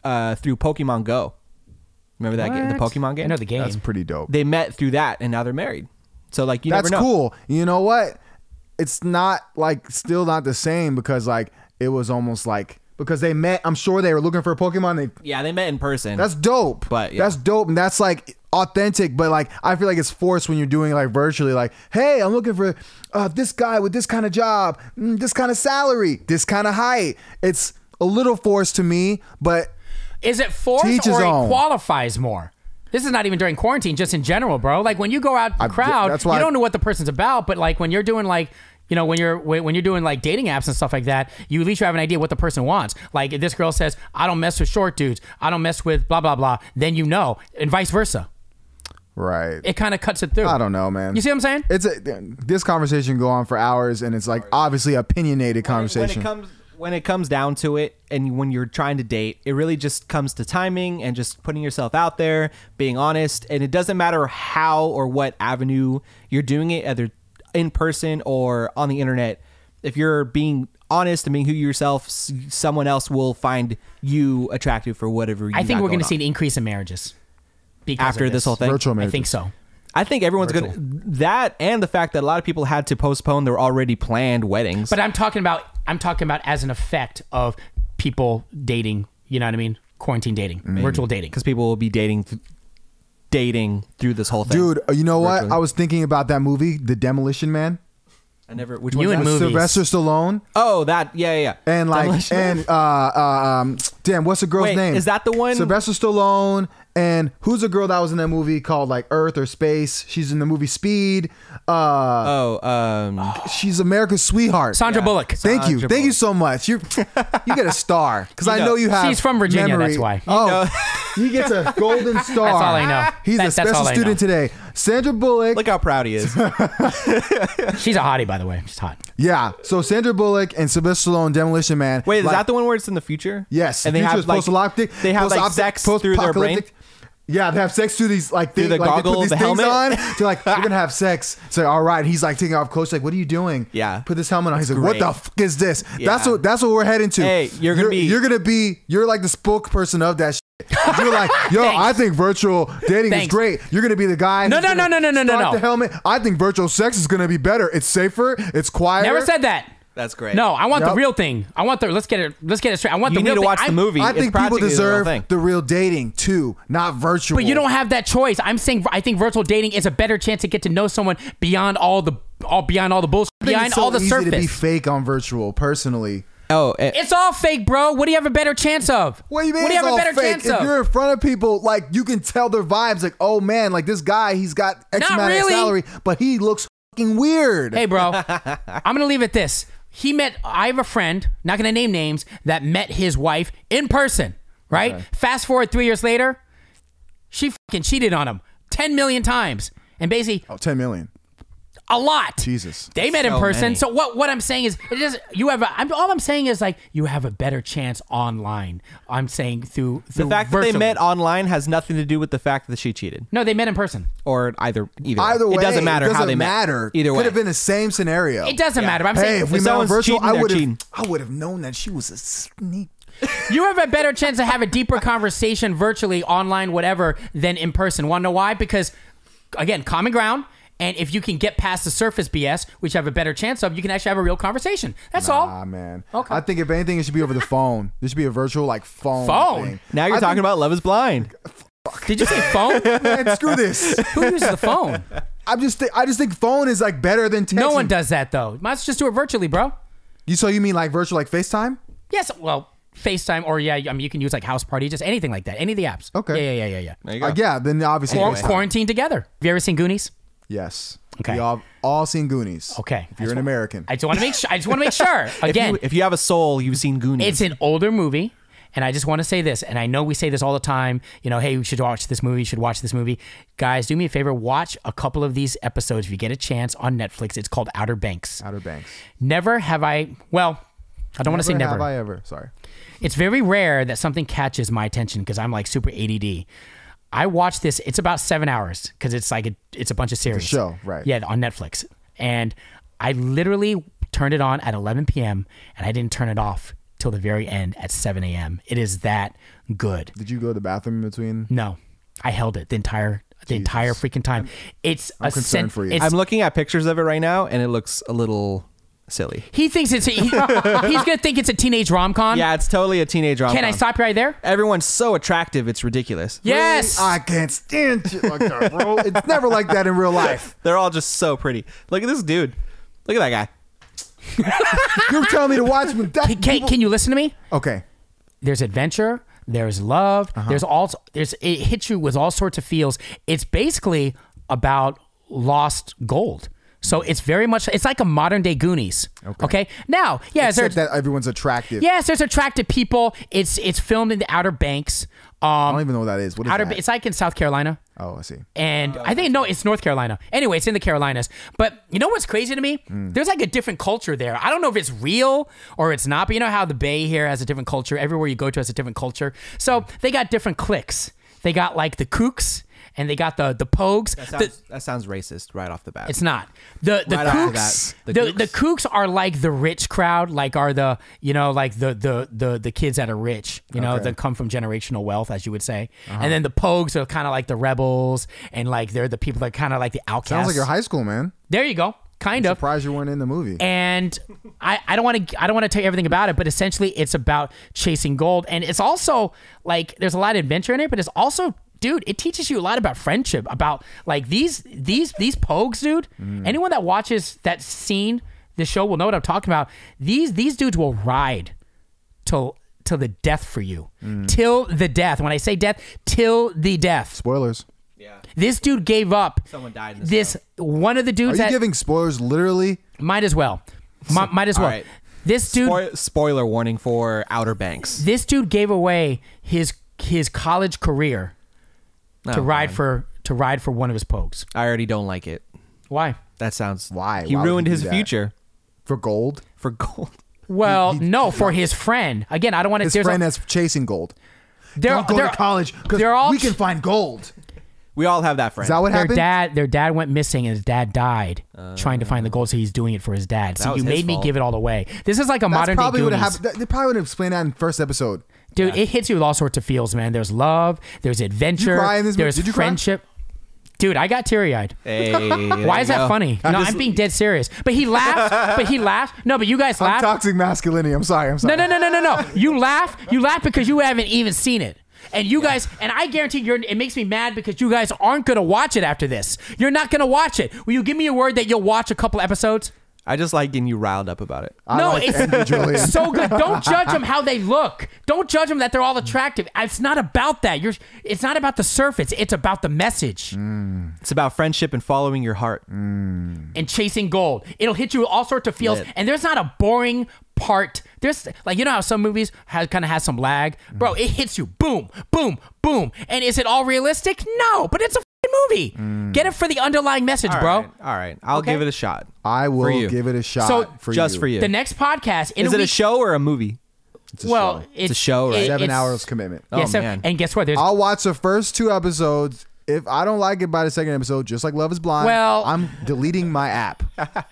[SPEAKER 4] uh, through Pokemon Go. Remember that game, the
[SPEAKER 2] What?
[SPEAKER 4] Pokemon game?
[SPEAKER 2] i know the game
[SPEAKER 3] That's pretty dope.
[SPEAKER 4] They met through that and now they're married. So like you
[SPEAKER 3] That's
[SPEAKER 4] never know.
[SPEAKER 3] cool. You know what? It's not like still not the same because like it was almost like because they met. I'm sure they were looking for a Pokemon. They
[SPEAKER 4] Yeah, they met in person.
[SPEAKER 3] That's dope.
[SPEAKER 4] But, yeah.
[SPEAKER 3] that's dope, and that's like authentic. But like, I feel like it's forced when you're doing it like virtually. Like, hey, I'm looking for uh, this guy with this kind of job, mm, this kind of salary, this kind of height. It's a little forced to me, but
[SPEAKER 2] is it forced
[SPEAKER 3] Teach his
[SPEAKER 2] or it
[SPEAKER 3] own.
[SPEAKER 2] qualifies more this is not even during quarantine just in general bro like when you go out in the crowd
[SPEAKER 3] that's why
[SPEAKER 2] you
[SPEAKER 3] I-
[SPEAKER 2] don't know what the person's about but like when you're doing like you know when you're when when you're doing like dating apps and stuff like that you at least you have an idea what the person wants like if this girl says i don't mess with short dudes i don't mess with blah blah blah then you know and vice versa
[SPEAKER 3] right.
[SPEAKER 2] it kind of cuts it through
[SPEAKER 3] I don't know, man.
[SPEAKER 2] You see what I'm saying?
[SPEAKER 3] It's a this conversation go on for hours, and it's like obviously opinionated
[SPEAKER 4] When
[SPEAKER 3] conversation.
[SPEAKER 4] it comes when it comes down to it, and when you're trying to date, it really just comes to timing and just putting yourself out there, being honest, and it doesn't matter how or what avenue you're doing it, either in person or on the internet. If you're being honest and being who yourself, s- someone else will find you attractive for whatever. You
[SPEAKER 2] I think
[SPEAKER 4] got
[SPEAKER 2] we're going to
[SPEAKER 4] on.
[SPEAKER 2] see an increase in marriages because
[SPEAKER 4] After
[SPEAKER 2] of
[SPEAKER 4] this whole thing?
[SPEAKER 3] Virtual
[SPEAKER 2] I
[SPEAKER 3] marriages.
[SPEAKER 2] think so.
[SPEAKER 4] I think everyone's going to that, and the fact that a lot of people had to postpone their already planned weddings.
[SPEAKER 2] But I'm talking about I'm talking about as an effect of people dating. You know what I mean? Quarantine dating, virtual dating.
[SPEAKER 4] because people will be dating th- dating through this whole thing.
[SPEAKER 3] Dude, uh, you know what?
[SPEAKER 4] Virtually.
[SPEAKER 3] I was thinking about that movie, The Demolition Man,
[SPEAKER 4] I never which
[SPEAKER 2] You
[SPEAKER 4] one
[SPEAKER 2] and
[SPEAKER 4] that?
[SPEAKER 2] Movies.
[SPEAKER 3] Sylvester Stallone,
[SPEAKER 4] Oh, that yeah yeah. yeah.
[SPEAKER 3] and like
[SPEAKER 4] Demolition Man.
[SPEAKER 3] and uh, uh um damn what's the girl's
[SPEAKER 4] Wait,
[SPEAKER 3] name
[SPEAKER 4] is that the one-
[SPEAKER 3] sylvester stallone and who's the girl that was in that movie called like earth or space she's in the movie speed uh
[SPEAKER 4] oh um
[SPEAKER 2] <sighs>
[SPEAKER 3] she's america's sweetheart
[SPEAKER 2] Sandra
[SPEAKER 4] Yeah.
[SPEAKER 2] Bullock.
[SPEAKER 3] thank you
[SPEAKER 4] Sandra
[SPEAKER 3] thank you
[SPEAKER 4] Bullock.
[SPEAKER 3] so much you you get
[SPEAKER 2] <laughs>
[SPEAKER 3] a star because i
[SPEAKER 4] know-
[SPEAKER 3] know you have
[SPEAKER 2] She's from Virginia,
[SPEAKER 3] memory.
[SPEAKER 2] that's why.
[SPEAKER 3] oh <laughs> he gets a golden star
[SPEAKER 2] That's all I know.
[SPEAKER 3] he's
[SPEAKER 2] That-
[SPEAKER 3] a
[SPEAKER 2] that's all
[SPEAKER 3] special
[SPEAKER 2] I
[SPEAKER 3] student
[SPEAKER 2] know.
[SPEAKER 3] today sandra bullock
[SPEAKER 4] look how proud
[SPEAKER 3] <laughs>
[SPEAKER 4] he is.
[SPEAKER 2] She's a hottie, by the way. She's hot.
[SPEAKER 3] yeah so sandra bullock and sylvester stallone demolition man
[SPEAKER 4] Wait, is
[SPEAKER 3] like-
[SPEAKER 4] that the one where it's in the future?
[SPEAKER 3] Yes,
[SPEAKER 4] and
[SPEAKER 3] the
[SPEAKER 4] they
[SPEAKER 3] future
[SPEAKER 4] have
[SPEAKER 3] is
[SPEAKER 4] like
[SPEAKER 3] post-apocalyptic.
[SPEAKER 4] they have like
[SPEAKER 3] post-op-
[SPEAKER 4] sex through their brain.
[SPEAKER 3] post-apocalyptic. Yeah, they have sex through these like
[SPEAKER 4] Through
[SPEAKER 3] thing-
[SPEAKER 4] the
[SPEAKER 3] like, they
[SPEAKER 4] goggles,
[SPEAKER 3] put these
[SPEAKER 4] the
[SPEAKER 3] things
[SPEAKER 4] helmet. <laughs>
[SPEAKER 3] on. They're like, we're gonna have sex. So all right, he's like taking off clothes. Like, what are you doing?
[SPEAKER 4] Yeah.
[SPEAKER 3] put this helmet on. He's like,
[SPEAKER 4] great.
[SPEAKER 3] what the fuck is this? That's
[SPEAKER 4] Yeah.
[SPEAKER 3] what that's what we're heading to.
[SPEAKER 4] Hey, you're gonna be-
[SPEAKER 3] you're gonna be you're like the spokesperson of that. Shit. You're
[SPEAKER 4] <laughs>
[SPEAKER 3] like, yo, I think virtual dating is
[SPEAKER 2] Thanks.
[SPEAKER 3] great. You're gonna be the guy.
[SPEAKER 2] No,
[SPEAKER 3] who's
[SPEAKER 2] no, no,
[SPEAKER 3] gonna
[SPEAKER 2] no, no, no, no,
[SPEAKER 3] start
[SPEAKER 2] no.
[SPEAKER 3] The helmet. I think virtual sex is gonna be better. It's safer. It's quieter.
[SPEAKER 2] Never said that.
[SPEAKER 4] That's great.
[SPEAKER 2] No, I want the
[SPEAKER 3] Yep.
[SPEAKER 2] real thing. I want the let's get it let's get it straight. I want
[SPEAKER 4] you
[SPEAKER 2] the
[SPEAKER 4] need
[SPEAKER 2] real
[SPEAKER 4] to
[SPEAKER 2] thing.
[SPEAKER 4] watch the
[SPEAKER 2] I'm-
[SPEAKER 4] movie.
[SPEAKER 3] I
[SPEAKER 4] It's
[SPEAKER 3] think people
[SPEAKER 4] practically the real
[SPEAKER 3] deserve
[SPEAKER 4] thing.
[SPEAKER 3] the real dating too, not virtual.
[SPEAKER 2] But you don't have that choice. I'm saying I'm saying virtual dating is a better chance to get to know someone beyond all the all beyond all the bullshit,
[SPEAKER 3] I think
[SPEAKER 2] behind
[SPEAKER 3] it's so
[SPEAKER 2] all the
[SPEAKER 3] easy to be
[SPEAKER 2] surface.
[SPEAKER 3] fake on virtual. Personally,
[SPEAKER 4] Oh, eh,
[SPEAKER 2] it's all fake, bro. What do you have a better chance of?
[SPEAKER 3] What do you mean?
[SPEAKER 2] What do you have
[SPEAKER 3] it's
[SPEAKER 2] a
[SPEAKER 3] all
[SPEAKER 2] better
[SPEAKER 3] fake?
[SPEAKER 2] chance
[SPEAKER 3] if
[SPEAKER 2] of?
[SPEAKER 3] you're in front of people, like you can tell their vibes. Like, oh man, like this guy, he's got X
[SPEAKER 2] Not
[SPEAKER 3] amount
[SPEAKER 2] really.
[SPEAKER 3] of salary, but he looks fucking weird.
[SPEAKER 2] Hey, bro, I'm gonna leave it this. He met. I have a friend, not gonna name names, that met his wife in person. Right. Fast forward three years later, she fucking cheated on him ten million times, and basically
[SPEAKER 3] oh, ten million.
[SPEAKER 2] a lot.
[SPEAKER 3] Jesus.
[SPEAKER 2] They met in
[SPEAKER 4] So
[SPEAKER 2] person.
[SPEAKER 4] many.
[SPEAKER 2] So what? What I'm saying is, it doesn't. You have. A, I'm, all I'm saying is like you have a better chance online. I'm saying through, through
[SPEAKER 4] the fact that
[SPEAKER 2] virtually.
[SPEAKER 4] they met online has nothing to do with the fact that she cheated,
[SPEAKER 2] No, they met in person.
[SPEAKER 4] or either either
[SPEAKER 3] Either way,
[SPEAKER 4] it doesn't matter
[SPEAKER 3] doesn't
[SPEAKER 4] how they
[SPEAKER 3] matter.
[SPEAKER 4] met. Either way,
[SPEAKER 3] could have been the same scenario.
[SPEAKER 2] It doesn't matter. But I'm
[SPEAKER 3] Hey,
[SPEAKER 2] saying
[SPEAKER 3] if we
[SPEAKER 4] If
[SPEAKER 3] met on
[SPEAKER 4] someone's
[SPEAKER 3] virtual,
[SPEAKER 4] cheating,
[SPEAKER 3] I
[SPEAKER 4] they're
[SPEAKER 3] would have.
[SPEAKER 4] cheating.
[SPEAKER 3] I would have known that she was a sneak.
[SPEAKER 2] you have a better chance to have a deeper conversation virtually, online, whatever, than in person. Want to know why? Because, again, common ground. And if you can get past the surface BS, which you have a better chance of, you can actually have a real conversation. That's
[SPEAKER 3] Ah
[SPEAKER 2] all.
[SPEAKER 3] man.
[SPEAKER 2] Okay.
[SPEAKER 3] I think if anything, it should be over the phone. There should be a virtual like phone.
[SPEAKER 2] Phone?
[SPEAKER 3] thing.
[SPEAKER 4] now you're
[SPEAKER 3] I
[SPEAKER 4] talking about Love Is Blind.
[SPEAKER 2] Did you say
[SPEAKER 4] <laughs>
[SPEAKER 2] phone?
[SPEAKER 3] Think, man, screw
[SPEAKER 2] <laughs>
[SPEAKER 3] this.
[SPEAKER 2] Who uses the phone?
[SPEAKER 3] I'm just. Th- I just think phone is like better than texting.
[SPEAKER 2] No one does that though. Might as well just do it virtually, bro.
[SPEAKER 3] You so you mean like virtual, like FaceTime?
[SPEAKER 2] Yes. Well, FaceTime or yeah, I mean you can use like house party, just anything like that. Any of the apps.
[SPEAKER 3] Okay.
[SPEAKER 2] Yeah, yeah, yeah, yeah, yeah.
[SPEAKER 4] There you go.
[SPEAKER 3] Uh, yeah. Then obviously.
[SPEAKER 2] Or
[SPEAKER 3] FaceTime.
[SPEAKER 2] quarantine together. Have you ever seen Goonies?
[SPEAKER 3] Yes.
[SPEAKER 2] Okay.
[SPEAKER 3] We all all seen Goonies.
[SPEAKER 2] Okay.
[SPEAKER 3] If you're an American.
[SPEAKER 2] I just want to make sure. I just want to make sure.
[SPEAKER 4] <laughs> If you-
[SPEAKER 2] Again,
[SPEAKER 4] if you have a soul, you've seen Goonies.
[SPEAKER 2] it's an older movie, and I just want to say this. And I know we say this all the time. You know, hey, we should watch this movie. You should watch this movie, guys. Do me a favor. Watch a couple of these episodes if you get a chance on Netflix. It's called Outer Banks.
[SPEAKER 3] Outer Banks.
[SPEAKER 2] Never have I. Well, I don't want to say never.
[SPEAKER 3] Have I ever? Sorry.
[SPEAKER 2] It's very rare that something catches my attention because I'm like super ADD. I watched this. It's about seven hours because it's like a, it's a bunch of series.
[SPEAKER 3] show, right.
[SPEAKER 2] Yeah, on Netflix. And I literally turned it on at 11 p.m. and I didn't turn it off till the very end at 7 a.m. It is that good.
[SPEAKER 3] Did you go to the bathroom in between?
[SPEAKER 2] No, I held it the entire the entire freaking time. It's a
[SPEAKER 3] concerned for you.
[SPEAKER 2] it's-
[SPEAKER 4] I'm looking at pictures of it right now, and it looks a little silly.
[SPEAKER 2] he thinks it's a, he, <laughs> he's gonna think it's a teenage rom com.
[SPEAKER 4] Yeah, it's totally a teenage rom.
[SPEAKER 2] Can I stop you right there?
[SPEAKER 4] Everyone's so attractive, it's ridiculous.
[SPEAKER 2] Yes.
[SPEAKER 4] Uh,
[SPEAKER 3] I can't stand shit like that, bro. It's never like that in real life.
[SPEAKER 4] They're all just so pretty. Look at this dude. Look at that guy.
[SPEAKER 3] You're telling me to watch me. That,
[SPEAKER 2] Can- can, can you listen to me?
[SPEAKER 3] okay.
[SPEAKER 2] there's adventure, there's love,
[SPEAKER 3] Uh-huh.
[SPEAKER 2] there's all there's it hits you with all sorts of feels. It's basically about lost gold. So it's very much it's like a modern day Goonies. Okay. Now, yeah, is there,
[SPEAKER 3] Except that everyone's attractive.
[SPEAKER 2] yes, there's attractive people. It's it's filmed in the Outer Banks.
[SPEAKER 3] I
[SPEAKER 2] Um,
[SPEAKER 3] don't even know what that is. What is
[SPEAKER 2] outer,
[SPEAKER 3] that?
[SPEAKER 2] Ba- it's like in South Carolina
[SPEAKER 3] oh, I see.
[SPEAKER 2] and I think no, it's North Carolina. Anyway, it's in the Carolinas. But you know what's crazy to me?
[SPEAKER 4] Hmm.
[SPEAKER 2] There's like a different culture there. I don't know if it's real or it's not. But you know how the Bay here has a different culture. Everywhere you go to has a different culture. So they got different cliques. They got like the kooks and they got the the pogues.
[SPEAKER 4] That
[SPEAKER 2] The-
[SPEAKER 4] sounds, that sounds racist right off the bat.
[SPEAKER 2] it's not the the
[SPEAKER 4] Right off the
[SPEAKER 2] kooks. The,
[SPEAKER 4] bat,
[SPEAKER 2] the
[SPEAKER 4] the
[SPEAKER 2] kooks. are like the rich crowd, like are the you know like the the the the kids that are rich, you know, that come from generational wealth, as you would say. And then the pogues are kind of like the rebels, and like they're the people that kind of like the outcasts.
[SPEAKER 3] Sounds like your high school, man.
[SPEAKER 2] there you go, kind of.
[SPEAKER 3] Surprised you weren't in the movie.
[SPEAKER 2] And I, I don't want to I don't want to tell you everything about it, but essentially it's about chasing gold, and it's also like there's a lot of adventure in it, but it's also dude, it teaches you a lot about friendship, about like these these these pogues, dude. Anyone that watches that scene, the show will know what I'm talking about. These these dudes will ride till till the death for you, till the death. When I say death, till the death.
[SPEAKER 3] spoilers.
[SPEAKER 2] This dude gave up.
[SPEAKER 4] Someone died in this
[SPEAKER 2] This one of the
[SPEAKER 3] Are
[SPEAKER 2] dudes
[SPEAKER 3] you
[SPEAKER 2] that
[SPEAKER 3] giving spoilers literally?
[SPEAKER 2] might as well. Mi- might as well.
[SPEAKER 4] right.
[SPEAKER 2] This dude
[SPEAKER 4] Spoil- spoiler warning for Outer Banks.
[SPEAKER 2] this dude gave away his his college career to
[SPEAKER 4] Oh,
[SPEAKER 2] ride
[SPEAKER 4] man.
[SPEAKER 2] for to ride for one of his pokes.
[SPEAKER 4] I already don't like it.
[SPEAKER 2] Why?
[SPEAKER 4] That sounds
[SPEAKER 3] Why?
[SPEAKER 4] He
[SPEAKER 3] Why would
[SPEAKER 4] ruined
[SPEAKER 3] he do
[SPEAKER 4] his
[SPEAKER 3] that?
[SPEAKER 4] future
[SPEAKER 3] For gold?
[SPEAKER 4] for gold. <laughs>
[SPEAKER 2] Well, no, for his friend. Again, I don't want to.
[SPEAKER 3] His
[SPEAKER 2] There's
[SPEAKER 3] friend
[SPEAKER 2] a,
[SPEAKER 3] that's chasing gold.
[SPEAKER 2] they're,
[SPEAKER 3] Don't go
[SPEAKER 2] they're-
[SPEAKER 3] to college because
[SPEAKER 2] they're all
[SPEAKER 3] we can find gold.
[SPEAKER 4] We all have that friend.
[SPEAKER 3] Is that what
[SPEAKER 2] their
[SPEAKER 3] happened?
[SPEAKER 2] dad. Their dad went missing, and his dad died trying to find the gold. So he's doing it for his dad. So
[SPEAKER 4] was
[SPEAKER 2] you
[SPEAKER 4] his
[SPEAKER 2] made me
[SPEAKER 4] fault.
[SPEAKER 2] give it all away. This is like a
[SPEAKER 3] That's
[SPEAKER 2] modern
[SPEAKER 3] probably
[SPEAKER 2] day
[SPEAKER 3] what
[SPEAKER 2] Goonies.
[SPEAKER 3] happened. They probably would have explained that in first episode.
[SPEAKER 2] Dude, it hits you with all sorts of feels, man. There's love, there's adventure,
[SPEAKER 3] cry in this movie?
[SPEAKER 2] there's
[SPEAKER 3] Did you cry?
[SPEAKER 2] friendship. Dude, I got teary eyed.
[SPEAKER 4] Hey,
[SPEAKER 3] <laughs>
[SPEAKER 2] Why is that funny? no,
[SPEAKER 3] just-
[SPEAKER 2] I'm being dead serious. But
[SPEAKER 4] <laughs>
[SPEAKER 2] he laughed. but he laughed. No, but you guys
[SPEAKER 3] I'm
[SPEAKER 2] laughed.
[SPEAKER 3] toxic masculinity. I'm sorry. I'm sorry.
[SPEAKER 2] No, no, no, no, no, no. You laugh. You laugh because you haven't even seen it. And you guys, and I guarantee you're, it makes me mad because you guys aren't going to watch it after this. You're not going to watch it. Will you give me a word that you'll watch a couple episodes?
[SPEAKER 4] I just like getting you riled up about it.
[SPEAKER 3] I
[SPEAKER 2] no,
[SPEAKER 3] like
[SPEAKER 2] it's
[SPEAKER 3] Andrew
[SPEAKER 2] <laughs>
[SPEAKER 3] Julian.
[SPEAKER 2] so good.
[SPEAKER 3] <laughs>
[SPEAKER 2] Don't judge them how they look. Don't judge them that they're all attractive. It's not about that. You're, it's not about the surface. It's about the message
[SPEAKER 4] It's about friendship and following your heart.
[SPEAKER 2] and chasing gold. It'll hit you with all sorts of feels.
[SPEAKER 4] Lit.
[SPEAKER 2] And there's not a boring part. There's like you know how some movies have, kind of has some lag, bro.
[SPEAKER 3] Mm.
[SPEAKER 2] It hits you, boom, boom, boom. And is it all realistic? No, but it's a fing movie.
[SPEAKER 3] Mm.
[SPEAKER 2] Get it for the underlying message,
[SPEAKER 4] All
[SPEAKER 2] bro.
[SPEAKER 4] right, all right. I'll
[SPEAKER 2] Okay.
[SPEAKER 4] give it a shot.
[SPEAKER 3] I
[SPEAKER 4] For
[SPEAKER 3] will
[SPEAKER 4] you.
[SPEAKER 3] give it a shot.
[SPEAKER 2] So,
[SPEAKER 3] Uh, for
[SPEAKER 4] just
[SPEAKER 3] you.
[SPEAKER 4] for you.
[SPEAKER 2] The next podcast in
[SPEAKER 4] Is
[SPEAKER 2] a
[SPEAKER 4] it a
[SPEAKER 2] week-
[SPEAKER 4] show or a movie?
[SPEAKER 3] It's a
[SPEAKER 2] well,
[SPEAKER 3] show.
[SPEAKER 2] it's
[SPEAKER 4] a show, right?
[SPEAKER 3] seven
[SPEAKER 2] it's-
[SPEAKER 3] hours commitment.
[SPEAKER 2] Yeah,
[SPEAKER 4] Oh,
[SPEAKER 2] seven-
[SPEAKER 4] man.
[SPEAKER 2] And guess what? There's
[SPEAKER 3] I'll watch the first two episodes. If I don't like it by the second episode, just like Love Is Blind,
[SPEAKER 2] Well-
[SPEAKER 3] I'm deleting
[SPEAKER 2] <laughs>
[SPEAKER 3] my app.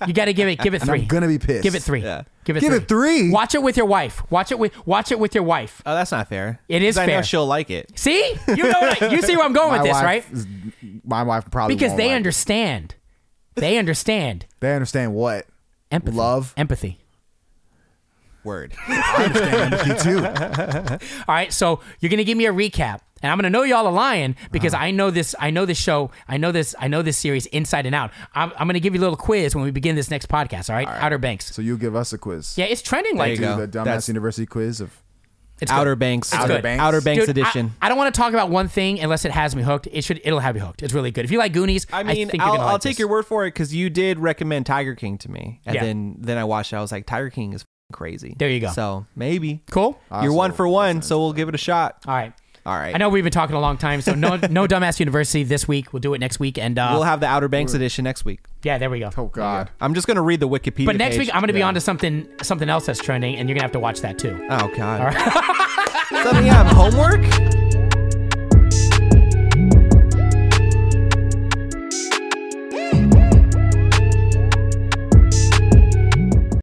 [SPEAKER 2] you got to give it give it
[SPEAKER 3] And
[SPEAKER 2] three.
[SPEAKER 3] <laughs> I'm gonna be pissed.
[SPEAKER 2] give it three.
[SPEAKER 4] Yeah.
[SPEAKER 2] Give it
[SPEAKER 3] Give
[SPEAKER 2] three.
[SPEAKER 3] it three?
[SPEAKER 2] Watch it with your wife. Watch it with watch it with your wife.
[SPEAKER 4] Oh, that's not fair.
[SPEAKER 2] It is
[SPEAKER 4] 'Cause I know
[SPEAKER 2] fair.
[SPEAKER 4] she'll like it.
[SPEAKER 2] See, you know what I, you see where I'm going
[SPEAKER 3] My
[SPEAKER 2] with this,
[SPEAKER 3] wife
[SPEAKER 2] right?
[SPEAKER 3] is- my wife probably
[SPEAKER 2] Because
[SPEAKER 3] won't
[SPEAKER 2] they
[SPEAKER 3] like it.
[SPEAKER 2] understand. They
[SPEAKER 4] <laughs>
[SPEAKER 2] understand.
[SPEAKER 3] They understand what
[SPEAKER 2] Empathy.
[SPEAKER 3] Love.
[SPEAKER 2] Empathy. <laughs>
[SPEAKER 4] Word.
[SPEAKER 3] empathy too.
[SPEAKER 2] All right, so you're gonna give me a recap, and I'm gonna know y'all are lying because
[SPEAKER 4] Uh-huh.
[SPEAKER 2] I know this. I know this show. I know this. I know this series inside and out. I'm, I'm gonna give you a little quiz when we begin this next podcast. All right, Outer Banks.
[SPEAKER 3] So you give us a quiz.
[SPEAKER 2] yeah, it's trending
[SPEAKER 4] There
[SPEAKER 2] like
[SPEAKER 4] you
[SPEAKER 3] Do
[SPEAKER 4] go.
[SPEAKER 3] the dumbass
[SPEAKER 4] That's-
[SPEAKER 3] university quiz of
[SPEAKER 2] It's
[SPEAKER 4] Outer
[SPEAKER 2] good.
[SPEAKER 4] Banks.
[SPEAKER 2] It's
[SPEAKER 4] Outer
[SPEAKER 2] good.
[SPEAKER 4] Banks. Outer Banks
[SPEAKER 2] Dude,
[SPEAKER 4] edition.
[SPEAKER 2] I, I don't want to talk about one thing unless it has me hooked. It should. It'll have you hooked. It's really good. If you like Goonies,
[SPEAKER 4] I mean,
[SPEAKER 2] think you're
[SPEAKER 4] I'll,
[SPEAKER 2] gonna like
[SPEAKER 4] I'll take
[SPEAKER 2] this.
[SPEAKER 4] your word for it because you did recommend Tiger King to me, and
[SPEAKER 2] Yeah.
[SPEAKER 4] then then I watched. it. I was like, Tiger King is f***ing crazy.
[SPEAKER 2] There you go.
[SPEAKER 4] So maybe
[SPEAKER 2] cool. All
[SPEAKER 4] you're
[SPEAKER 3] Also,
[SPEAKER 4] one for one, so we'll give it a shot.
[SPEAKER 2] right.
[SPEAKER 4] All right.
[SPEAKER 2] I know we've been talking a long time, so no, <laughs> no dumbass university this week. We'll do it next week, and uh,
[SPEAKER 4] We'll have the Outer Banks edition next week.
[SPEAKER 2] yeah, there we go.
[SPEAKER 3] oh god.
[SPEAKER 4] I'm just gonna read the Wikipedia.
[SPEAKER 2] But next
[SPEAKER 4] page.
[SPEAKER 2] week I'm gonna be
[SPEAKER 4] Yeah.
[SPEAKER 2] onto something <laughs> something else that's trending, and you're gonna have to watch that too.
[SPEAKER 4] Oh God. Something you have homework.